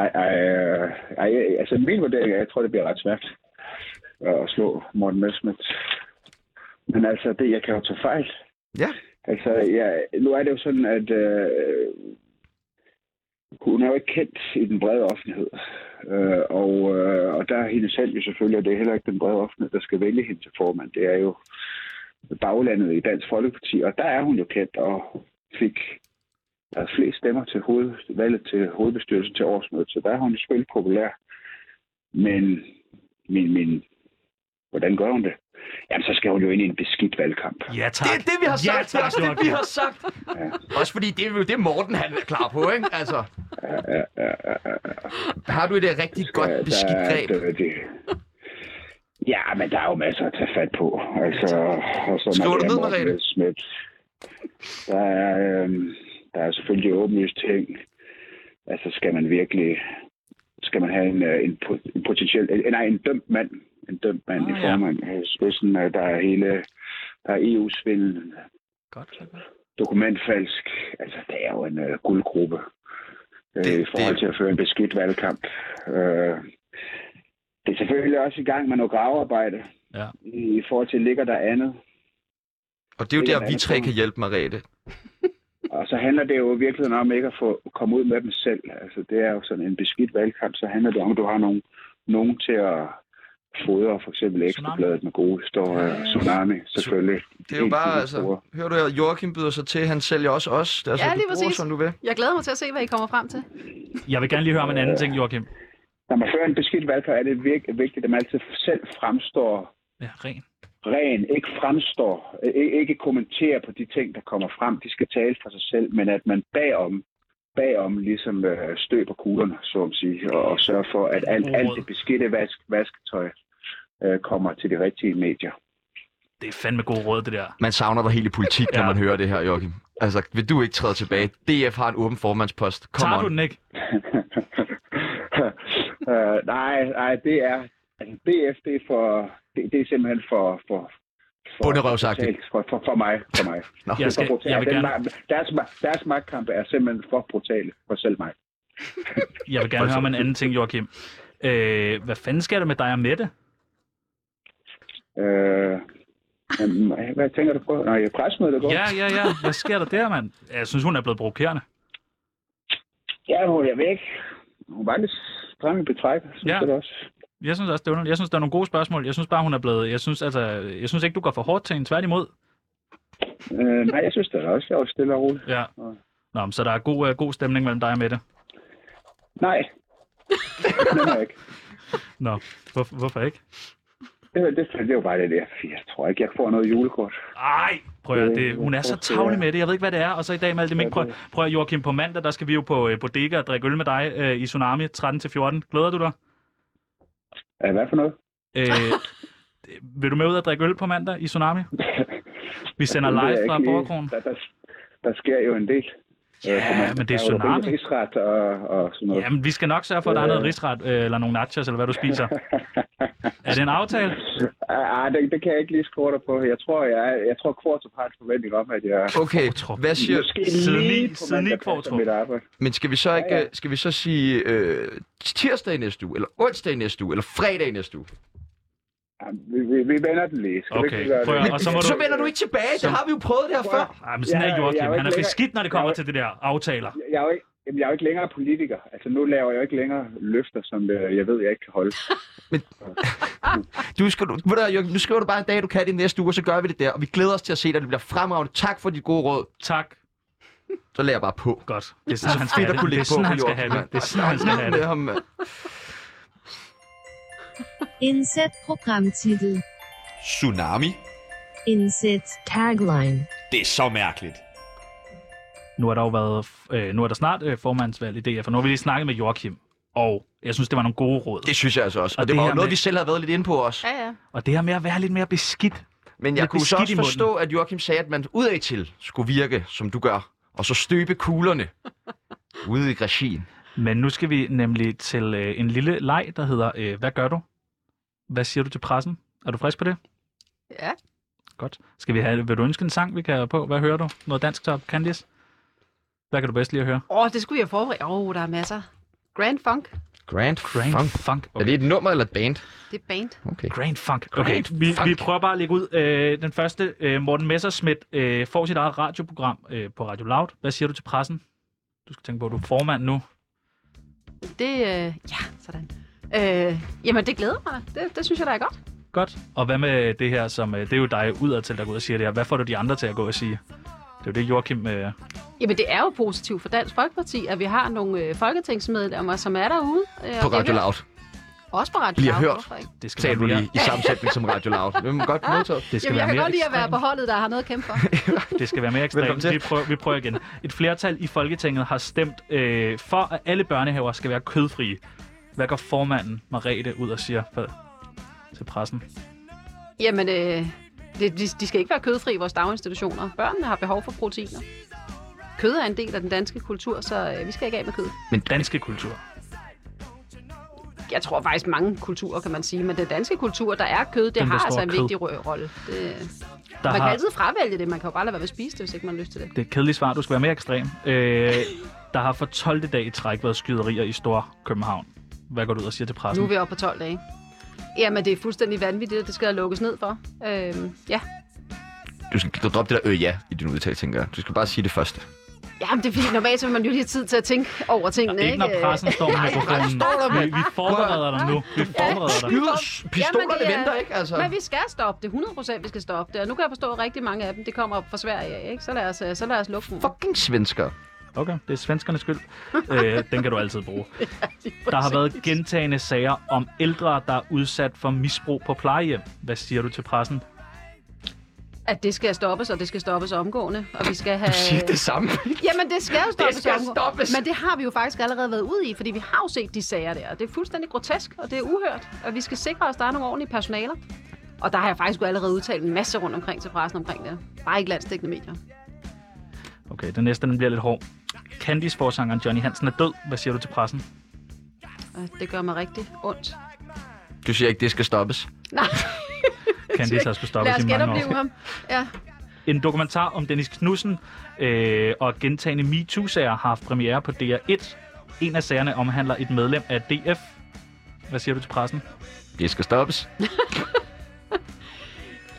Ej, ej, øh, ej, altså min vurdering er, jeg tror, det bliver ret svært at slå Morten Messmith. Men altså, det, jeg kan jo tage fejl.
Ja.
Altså, ja, nu er det jo sådan, at øh, hun er jo ikke kendt i den brede offentlighed. Øh, og, øh, og der er hende selv jo selvfølgelig, og det er heller ikke den brede offentlighed, der skal vælge hende til formand. Det er jo baglandet i Dansk Folkeparti, og der er hun jo kendt og fik der er flest stemmer til hoved, valget til hovedbestyrelsen til årsmødet, så der er hun selvfølgelig populær. Men min, min Hvordan gør hun det? Jamen, så skal hun jo ind i en beskidt valgkamp.
Ja, tak.
Det er det, vi har
Ja,
sagt. det er
tak,
også det,
Joachim.
vi har sagt. Også fordi det er jo det, Morten han er klar på, ikke? Altså. Har du et øh, rigtig godt beskidt greb?
Der, øh, er- det, ja, men der er jo masser at tage fat på. Altså, og så
Skriver
når
du
det er
ned,
Morten
Merete?
Messerschmidt, Der er, øhm, der er selvfølgelig åbenlyst ting. Altså, skal man virkelig... Skal man have en, øh, en, po- en potentiel... En, nej, en dømt mand. En dømt mand
Ah,
ah, i
ja.
formand. Ja. Spidsen, øh, der er hele... Der er E EU-svindel,
Godt, så godt.
dokumentfalsk. Altså, det er jo en øh, guldgruppe øh,
Det-
i forhold
det-
til at føre en beskidt valgkamp. Øh, det er selvfølgelig også i gang med noget gravearbejde.
Ja.
I, i forhold til, ligger der andet?
Og det er jo
Det er
der,
en
vi
anden
tre
form.
kan hjælpe Mariette.
Og så handler det jo i virkeligheden om ikke at få komme ud med dem selv. Altså, det er jo sådan en beskidt valgkamp, så handler det om, at du har nogen, nogen til at fodre for eksempel ekstrabladet med gode historier, ja. tsunami selvfølgelig.
Det er jo
Helt
bare,
vildt
altså,
store.
hører du, at Joachim byder sig til, han sælger også os. Det er altså,
Ja,
du
lige
bruger,
præcis.
som du vil.
Jeg glæder mig til at se, hvad I kommer frem til.
Jeg vil gerne lige høre om en anden ting, Joachim.
Når man fører en beskidt valgkamp, er det virke, vigtigt, at man altid selv fremstår
Ja, ren.
ren, ikke fremstår, ikke, ikke kommenterer på de ting, der kommer frem. De skal tale for sig selv, men at man bagom, bagom ligesom øh, støber kuglerne, så at sige, og, og sørger for, at alt, alt det beskidte vask, vasketøj øh, kommer til de rigtige medier. [laughs]
Det er fandme god råd, det der.
Man savner dig helt i politik, når
Ja.
man hører det her, Joachim. Altså, vil du ikke træde tilbage? DF har en åben formandspost. Kom
Tager du
on.
den ikke?
øh, nej, nej, det er, altså DF, det er, for, det, det er simpelthen for, for, for,
Bonderøvsagtigt.
brutalt for, for, for mig. For mig.
Nå.
Det er
Jeg skal,
for brutalt.
jeg vil
Den
gerne,
mag- deres, ma- deres magtkamp er simpelthen for brutale for selv mig.
jeg vil gerne høre om en anden ting, Joachim. Øh, hvad fanden sker der med dig og Mette?
Øh, jamen, hvad tænker du på? Nej, pressemødet går.
Ja, ja, ja. Hvad sker der der, mand? Jeg synes, hun er blevet provokerende.
ja hun er væk. Hun var lidt stram i betræk, synes
Ja.
ja. jeg da også.
Jeg synes også, det er underligt. Jeg synes, der er nogle gode spørgsmål. Jeg synes bare, hun er blevet... Jeg synes, altså, jeg synes ikke, du går for hårdt til hende. Tværtimod.
Øh, nej, jeg synes det er også. Jeg var stille og roligt.
Ja. Nå, men så der er god, øh, god stemning mellem dig og Mette. [laughs]
Nej, det mener jeg ikke.
Nå, hvor, hvorfor ikke?
Det, det, det, er jo bare det der. Jeg tror ikke, jeg får noget julekort.
Ej, prøv at høre, det, hun er så tavlig med det. Jeg ved ikke, hvad det er. Og så i dag med alt det mink. Prøv, prøv at høre, Joachim, på mandag, der skal vi jo på øh, bodega og drikke øl med dig øh, i Tsunami 13-14. Glæder du dig?
Øh, hvad for noget? [laughs]
Øh, vil du med ud og drikke øl på mandag i Tsunami? Vi sender
Det ved
live
jeg
fra
ikke lige.
Borgerkronen.
Der, der, der sker jo en del.
Ja,
Øh, for man-
men det er
der jo
tsunami.
rimelig Rigsret og, og sådan noget.
Jamen, vi skal nok sørge for, at der er noget risret, øh, eller nogle nachos, eller hvad du
[laughs]
spiser. Er det en aftale?
Ah, ah, det, det, kan jeg ikke lige score dig på. Jeg tror, jeg, jeg tror Kvartrup har en forventning om, at jeg
Okay,
Kvartrup.
hvad siger
måske
Siden i-
lige på
siden i
mandag passer
Kvartrup.
mit arbejde.
Men skal vi så ikke,
Ja,
ja,
ja.
ja. skal vi så sige øh, tirsdag i næste uge, eller onsdag i næste uge, eller fredag i næste uge?
Jamen, Vi, vi, vi vender den lige. Skal vi
Okay,
ikke gøre
prøv at-
det?
og så må
Så, så
du-
vender du ikke tilbage,
så-
det har vi jo prøvet det her
Prøv at-
før.
Ej, men sådan
Ja,
er
jeg er
Joachim.
jo
Han er
ikke
beskidt, når det kommer
længere-
til det der aftaler.
Jeg er jo ikke, jamen, jeg er jo ikke længere politiker. Altså, nu laver jeg jo ikke længere løfter, som øh, jeg ved, jeg ikke kan holde.
Du skal, du, ved du, hvad, Jørgen, nu skriver du bare en dag, du kan det i næste uge, og så gør vi det der, og vi glæder os til at se dig, det bliver fremragende. Tak for dit gode råd.
Tak.
Så lærer jeg bare på.
Godt. Det er sådan, han skal have det. Det er
Læg
sådan,
på,
han skal
Joachim,
have det.
mand.
Det er sådan, han skal have det.
Med ham, mand.
Inset Programmtitel.
Tsunami?
Inset Tagline.
Det er så mærkeligt.
Nu har der jo været, øh, nu er der snart øh, formandsvalg i DF, og nu har vi lige snakket med Joachim. Og jeg synes, det var nogle gode råd.
Det synes jeg altså også. Og,
Og
det,
det
var jo
her
noget,
med-
vi selv havde været lidt inde på os.
Ja, ja.
Og det her med at være lidt mere beskidt.
Men jeg
lidt
kunne så
beskidt i
også
munden.
forstå, at Joachim sagde, at man udad til skulle virke, som du gør, og så støbe [laughs] kuglerne ude i regien.
Men nu skal vi nemlig til øh, en lille leg, der hedder, øh, hvad gør du? Hvad siger du til pressen? Er du frisk på det?
Ja.
Godt. Skal vi have, vil du ønske en sang, vi kan have på? Hvad hører du? Noget dansk top, Candice? Hvad kan du bedst lide at høre?
Åh, det skulle jeg forberede. Åh, oh, der er masser. Grand Funk,
Grand,
Grand Funk. Funk.
Er det et nummer eller et band?
det er band.
Okay.
Grand Funk. Okay,
Grand
vi,
Funk.
vi prøver bare at lægge ud. Øh, den første, øh, Morten Messerschmidt, øh, får sit eget radioprogram øh, på Radio Loud. Hvad siger du til pressen? Du skal tænke på, at du er formand nu.
Det, øh, ja, sådan. Øh, jamen, det glæder mig. Det, det synes jeg, der er godt.
Godt. Og hvad med det her, som øh, det er jo dig udadtil, der går ud og siger det her. Hvad får du de andre til at gå og sige? Det er jo det, Joachim... Øh,
Jamen, det er jo positivt for Dansk Folkeparti, at vi har nogle øh, folketingsmedlemmer, som er derude. Øh,
På
og
Radio
det,
Loud.
Også på Radio
bliver
Loud,
hørt.
hvorfor ikke?
Det skal
sagde du
være
lige i sammensætning som Radio Loud. Det er godt modtaget.
Det skal
Jamen,
være
jeg kan
mere
godt lide at være
ekstremt.
på holdet, der har noget at kæmpe for.
Det skal være
[laughs]
mere
Velkommen
ekstremt.
til.
Vi prøver, vi prøver igen. Et flertal i Folketinget har stemt øh, for, at alle børnehaver skal være kødfrie. Hvad går formanden Marete ud og siger for, til pressen?
Jamen, øh, det, de, de skal ikke være kødfri i vores daginstitutioner. Børnene har behov for proteiner. Kød er en del af den danske kultur, så øh, vi skal ikke af med kød.
Men danske kultur.
Jeg tror faktisk mange kulturer, kan man sige, men den danske kultur, der er kød, det
Den
har
består
altså
af
en
kød.
vigtig ro- rolle. Det,
Der
man
har...
kan altid fravælge det, man kan jo bare lade være med at spise det, hvis ikke man har lyst til det.
Det er et kedeligt svar. Du skal være mere ekstrem. Øh, der har for 12. dag i træk været skyderier i Stor København. Hvad går du ud og siger til
Nu
pressen?
er vi oppe på 12 dage. Jamen, det er fuldstændig vanvittigt, og det skal der lukkes ned for. Øhm, ja.
Du skal du droppe det der øh ja i din udtalelse, tænker jeg. Du skal bare sige det første.
Jamen, det er fordi, normalt så vil man jo lige have tid til at tænke over tingene,
Ikke når pressen står med mikrofonen. Vi, vi forbereder dig nu. Vi forbereder dig.
Skyder, pistolerne
det er-
venter ikke, altså.
Men vi skal stoppe det. 100% vi skal stoppe det. Og nu kan jeg forstå, at rigtig mange af dem, det kommer fra Sverige af, ikke? Så lad os, øh, så lad os lukke dem.
Fucking svensker.
Okay, det er svenskernes skyld. øh, den kan du altid bruge. Der har været gentagende sager om ældre, der er udsat for misbrug på plejehjem. Hvad siger du til pressen?
At det skal stoppes, og det skal stoppes omgående. Og vi skal have...
Du siger det samme.
Jamen, det skal jo stoppes.
skal
omgående.
stoppes.
Men det har vi jo faktisk allerede været ude i, fordi vi har jo set de sager der. Og det er fuldstændig grotesk, og det er uhørt. Og vi skal sikre os, at der er nogle ordentlige personaler. Og der har jeg faktisk jo allerede udtalt en masse rundt omkring til pressen omkring det. Bare ikke landstækkende medier.
Okay, den næste den bliver lidt hård. Candice-forsangeren Johnny Hansen er død. Hvad siger du til pressen?
Og det gør mig rigtig ondt.
Du siger ikke, det skal stoppes.
Nej,
Candice har skulle stoppe
lad os
i mange år.
genopleve ham. Ja.
En dokumentar om Dennis Knudsen øh, og gentagende MeToo-sager har haft premiere på DR1. En af sagerne omhandler et medlem af DF. Hvad siger du til pressen?
Det skal stoppes.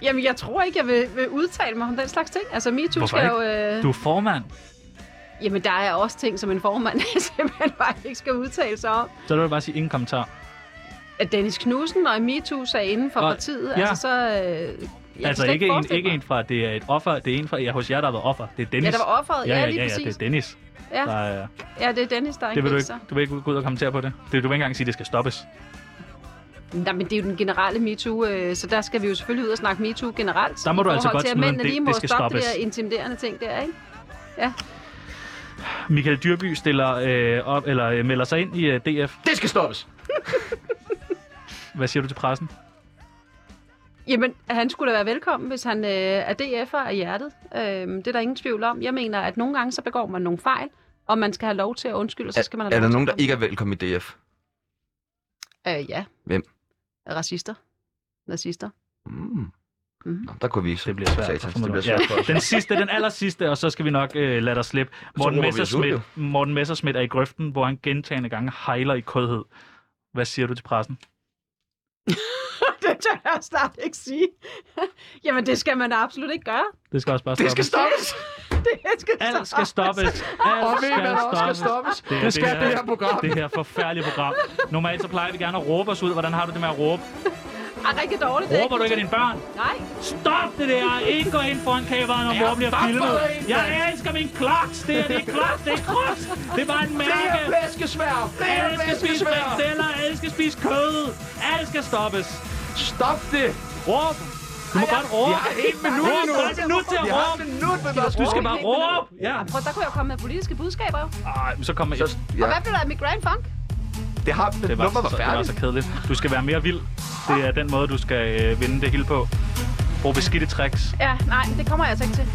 Jamen, jeg tror ikke, jeg vil, vil udtale mig om den slags ting. Altså, MeToo
Hvorfor
skal jo... Øh...
Du er formand,
Jamen, der er også ting, som en formand [laughs] simpelthen bare ikke skal udtale sig om.
så vil du bare sige ingen kommentar.
At Dennis Knudsen og MeToo sagde inden for
Og-
partiet,
ja.
altså så... Øh, jeg kan
altså
slet
ikke en,
forestille
ikke
mig.
en fra, det er et offer, det er en fra, ja, hos jer, der har været offer. Det er Dennis.
Ja, der var offeret. Ja,
ja,
lige
ja, ja,
præcis.
det er Dennis.
ja.
Der, er,
ja, det er Dennis, der er
det vil du
ikke,
ikke, du vil ikke gå ud og kommentere på det. det. Du vil ikke engang sige, at det skal stoppes.
Nej, men det er jo den generelle MeToo, øh, så der skal vi jo selvfølgelig ud og snakke MeToo generelt.
Der må
i
du altså
forhold
godt
til, at
smide en
mændene
del-
lige må
det skal
stoppe det
stoppes.
der intimiderende ting der, ikke?
Michael Dyrby stiller, øh, op, eller, øh, melder sig ind i øh, DF.
Det skal stoppes.
Hvad siger du til pressen?
Jamen, han skulle da være velkommen, hvis han øh, er DF'er af hjertet. Øh, det er der ingen tvivl om. Jeg mener, at nogle gange så begår man nogle fejl, og man skal have lov til at undskylde, og så skal man have
Er
lov
der
til
nogen, der
at-
ikke er velkommen i DF?
Øh, ja.
Hvem?
Racister. Nazister.
Mm.
Mhm.
Nå, der kunne vi så.
Det bliver svært.
Satans,
Så må
det
du-
bliver svært for os.
Den sidste, den aller sidste, og så skal vi nok øh, lade dig slippe. Morten
råber vi os ud,
Messerschmidt, Morten Messerschmidt er i grøften, hvor han gentagende gange hejler i kødhed. Hvad siger du til pressen?
[laughs] det tør jeg snart ikke sige. [laughs] Jamen, det skal man absolut ikke gøre.
Det skal også bare
Det
stoppes.
skal stoppes.
[laughs] Det skal
Alt skal stoppes. Alt
Og ved I, hvad
skal
der også skal
stoppes.
stoppes?
Det, er
Det skal det her program.
Det her forfærdelige program. Normalt så plejer vi gerne at råbe os ud. Hvordan har du det med at råbe?
Er rigtig dårligt. det er
Råber du ikke af dine børn?
Nej.
Stop det der! Ikke gå ind foran kameraet, når mor bliver filmet. Jeg elsker min kloks! Det er det kloks, det er kloks! Det er bare en mærke!
Det er flæskesvær. Det
Jeg
er
elsker at spise
flæskesvær.
frikadeller, jeg elsker at spise kød. Alt skal stoppes.
Stop det.
Råb! Du må godt råbe.
Jeg har et minut
Du
endnu.
har et minut til at
Jeg har et
råbe.
minut med dig.
Du skal bare råbe. Ja.
Prøv, der kunne jeg jo komme med politiske budskaber. jo.
Ej, men så kommer jeg.
Og hvad blev der af mit Grand Funk?
Det har det
Det var,
nummer
så,
var
det var
færdigt.
så kedeligt. Du skal være mere vild. Det er den måde, du skal øh, vinde det hele på. Brug beskidte tricks.
Ja, nej, det kommer jeg altså ikke til.
I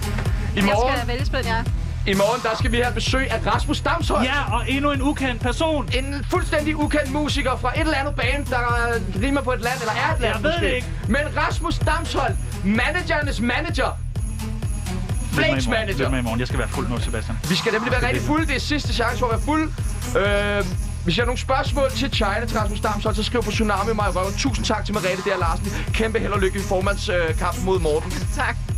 Jeg
morgen,
skal vælge spændt, ja.
I morgen, der skal vi have besøg af Rasmus Damshøj.
Ja, og endnu en ukendt person.
En fuldstændig ukendt musiker fra et eller andet band, der øh, rimer på et land, eller er et land
Jeg ved det
måske.
ikke.
Men Rasmus Damsholm, managernes manager. Flakes
Lidt med i morgen. Lidt med
manager.
i morgen. Jeg skal være fuld nu, Sebastian.
Vi skal nemlig være rigtig fulde. Det er sidste chance for at være fuld. Øh, hvis I har nogle spørgsmål til China til Rasmus Damsholm, så skriv på Tsunami mig i røven. Tusind tak til Merete der Larsen. Kæmpe held og lykke i formandskampen mod Morten.
Tak.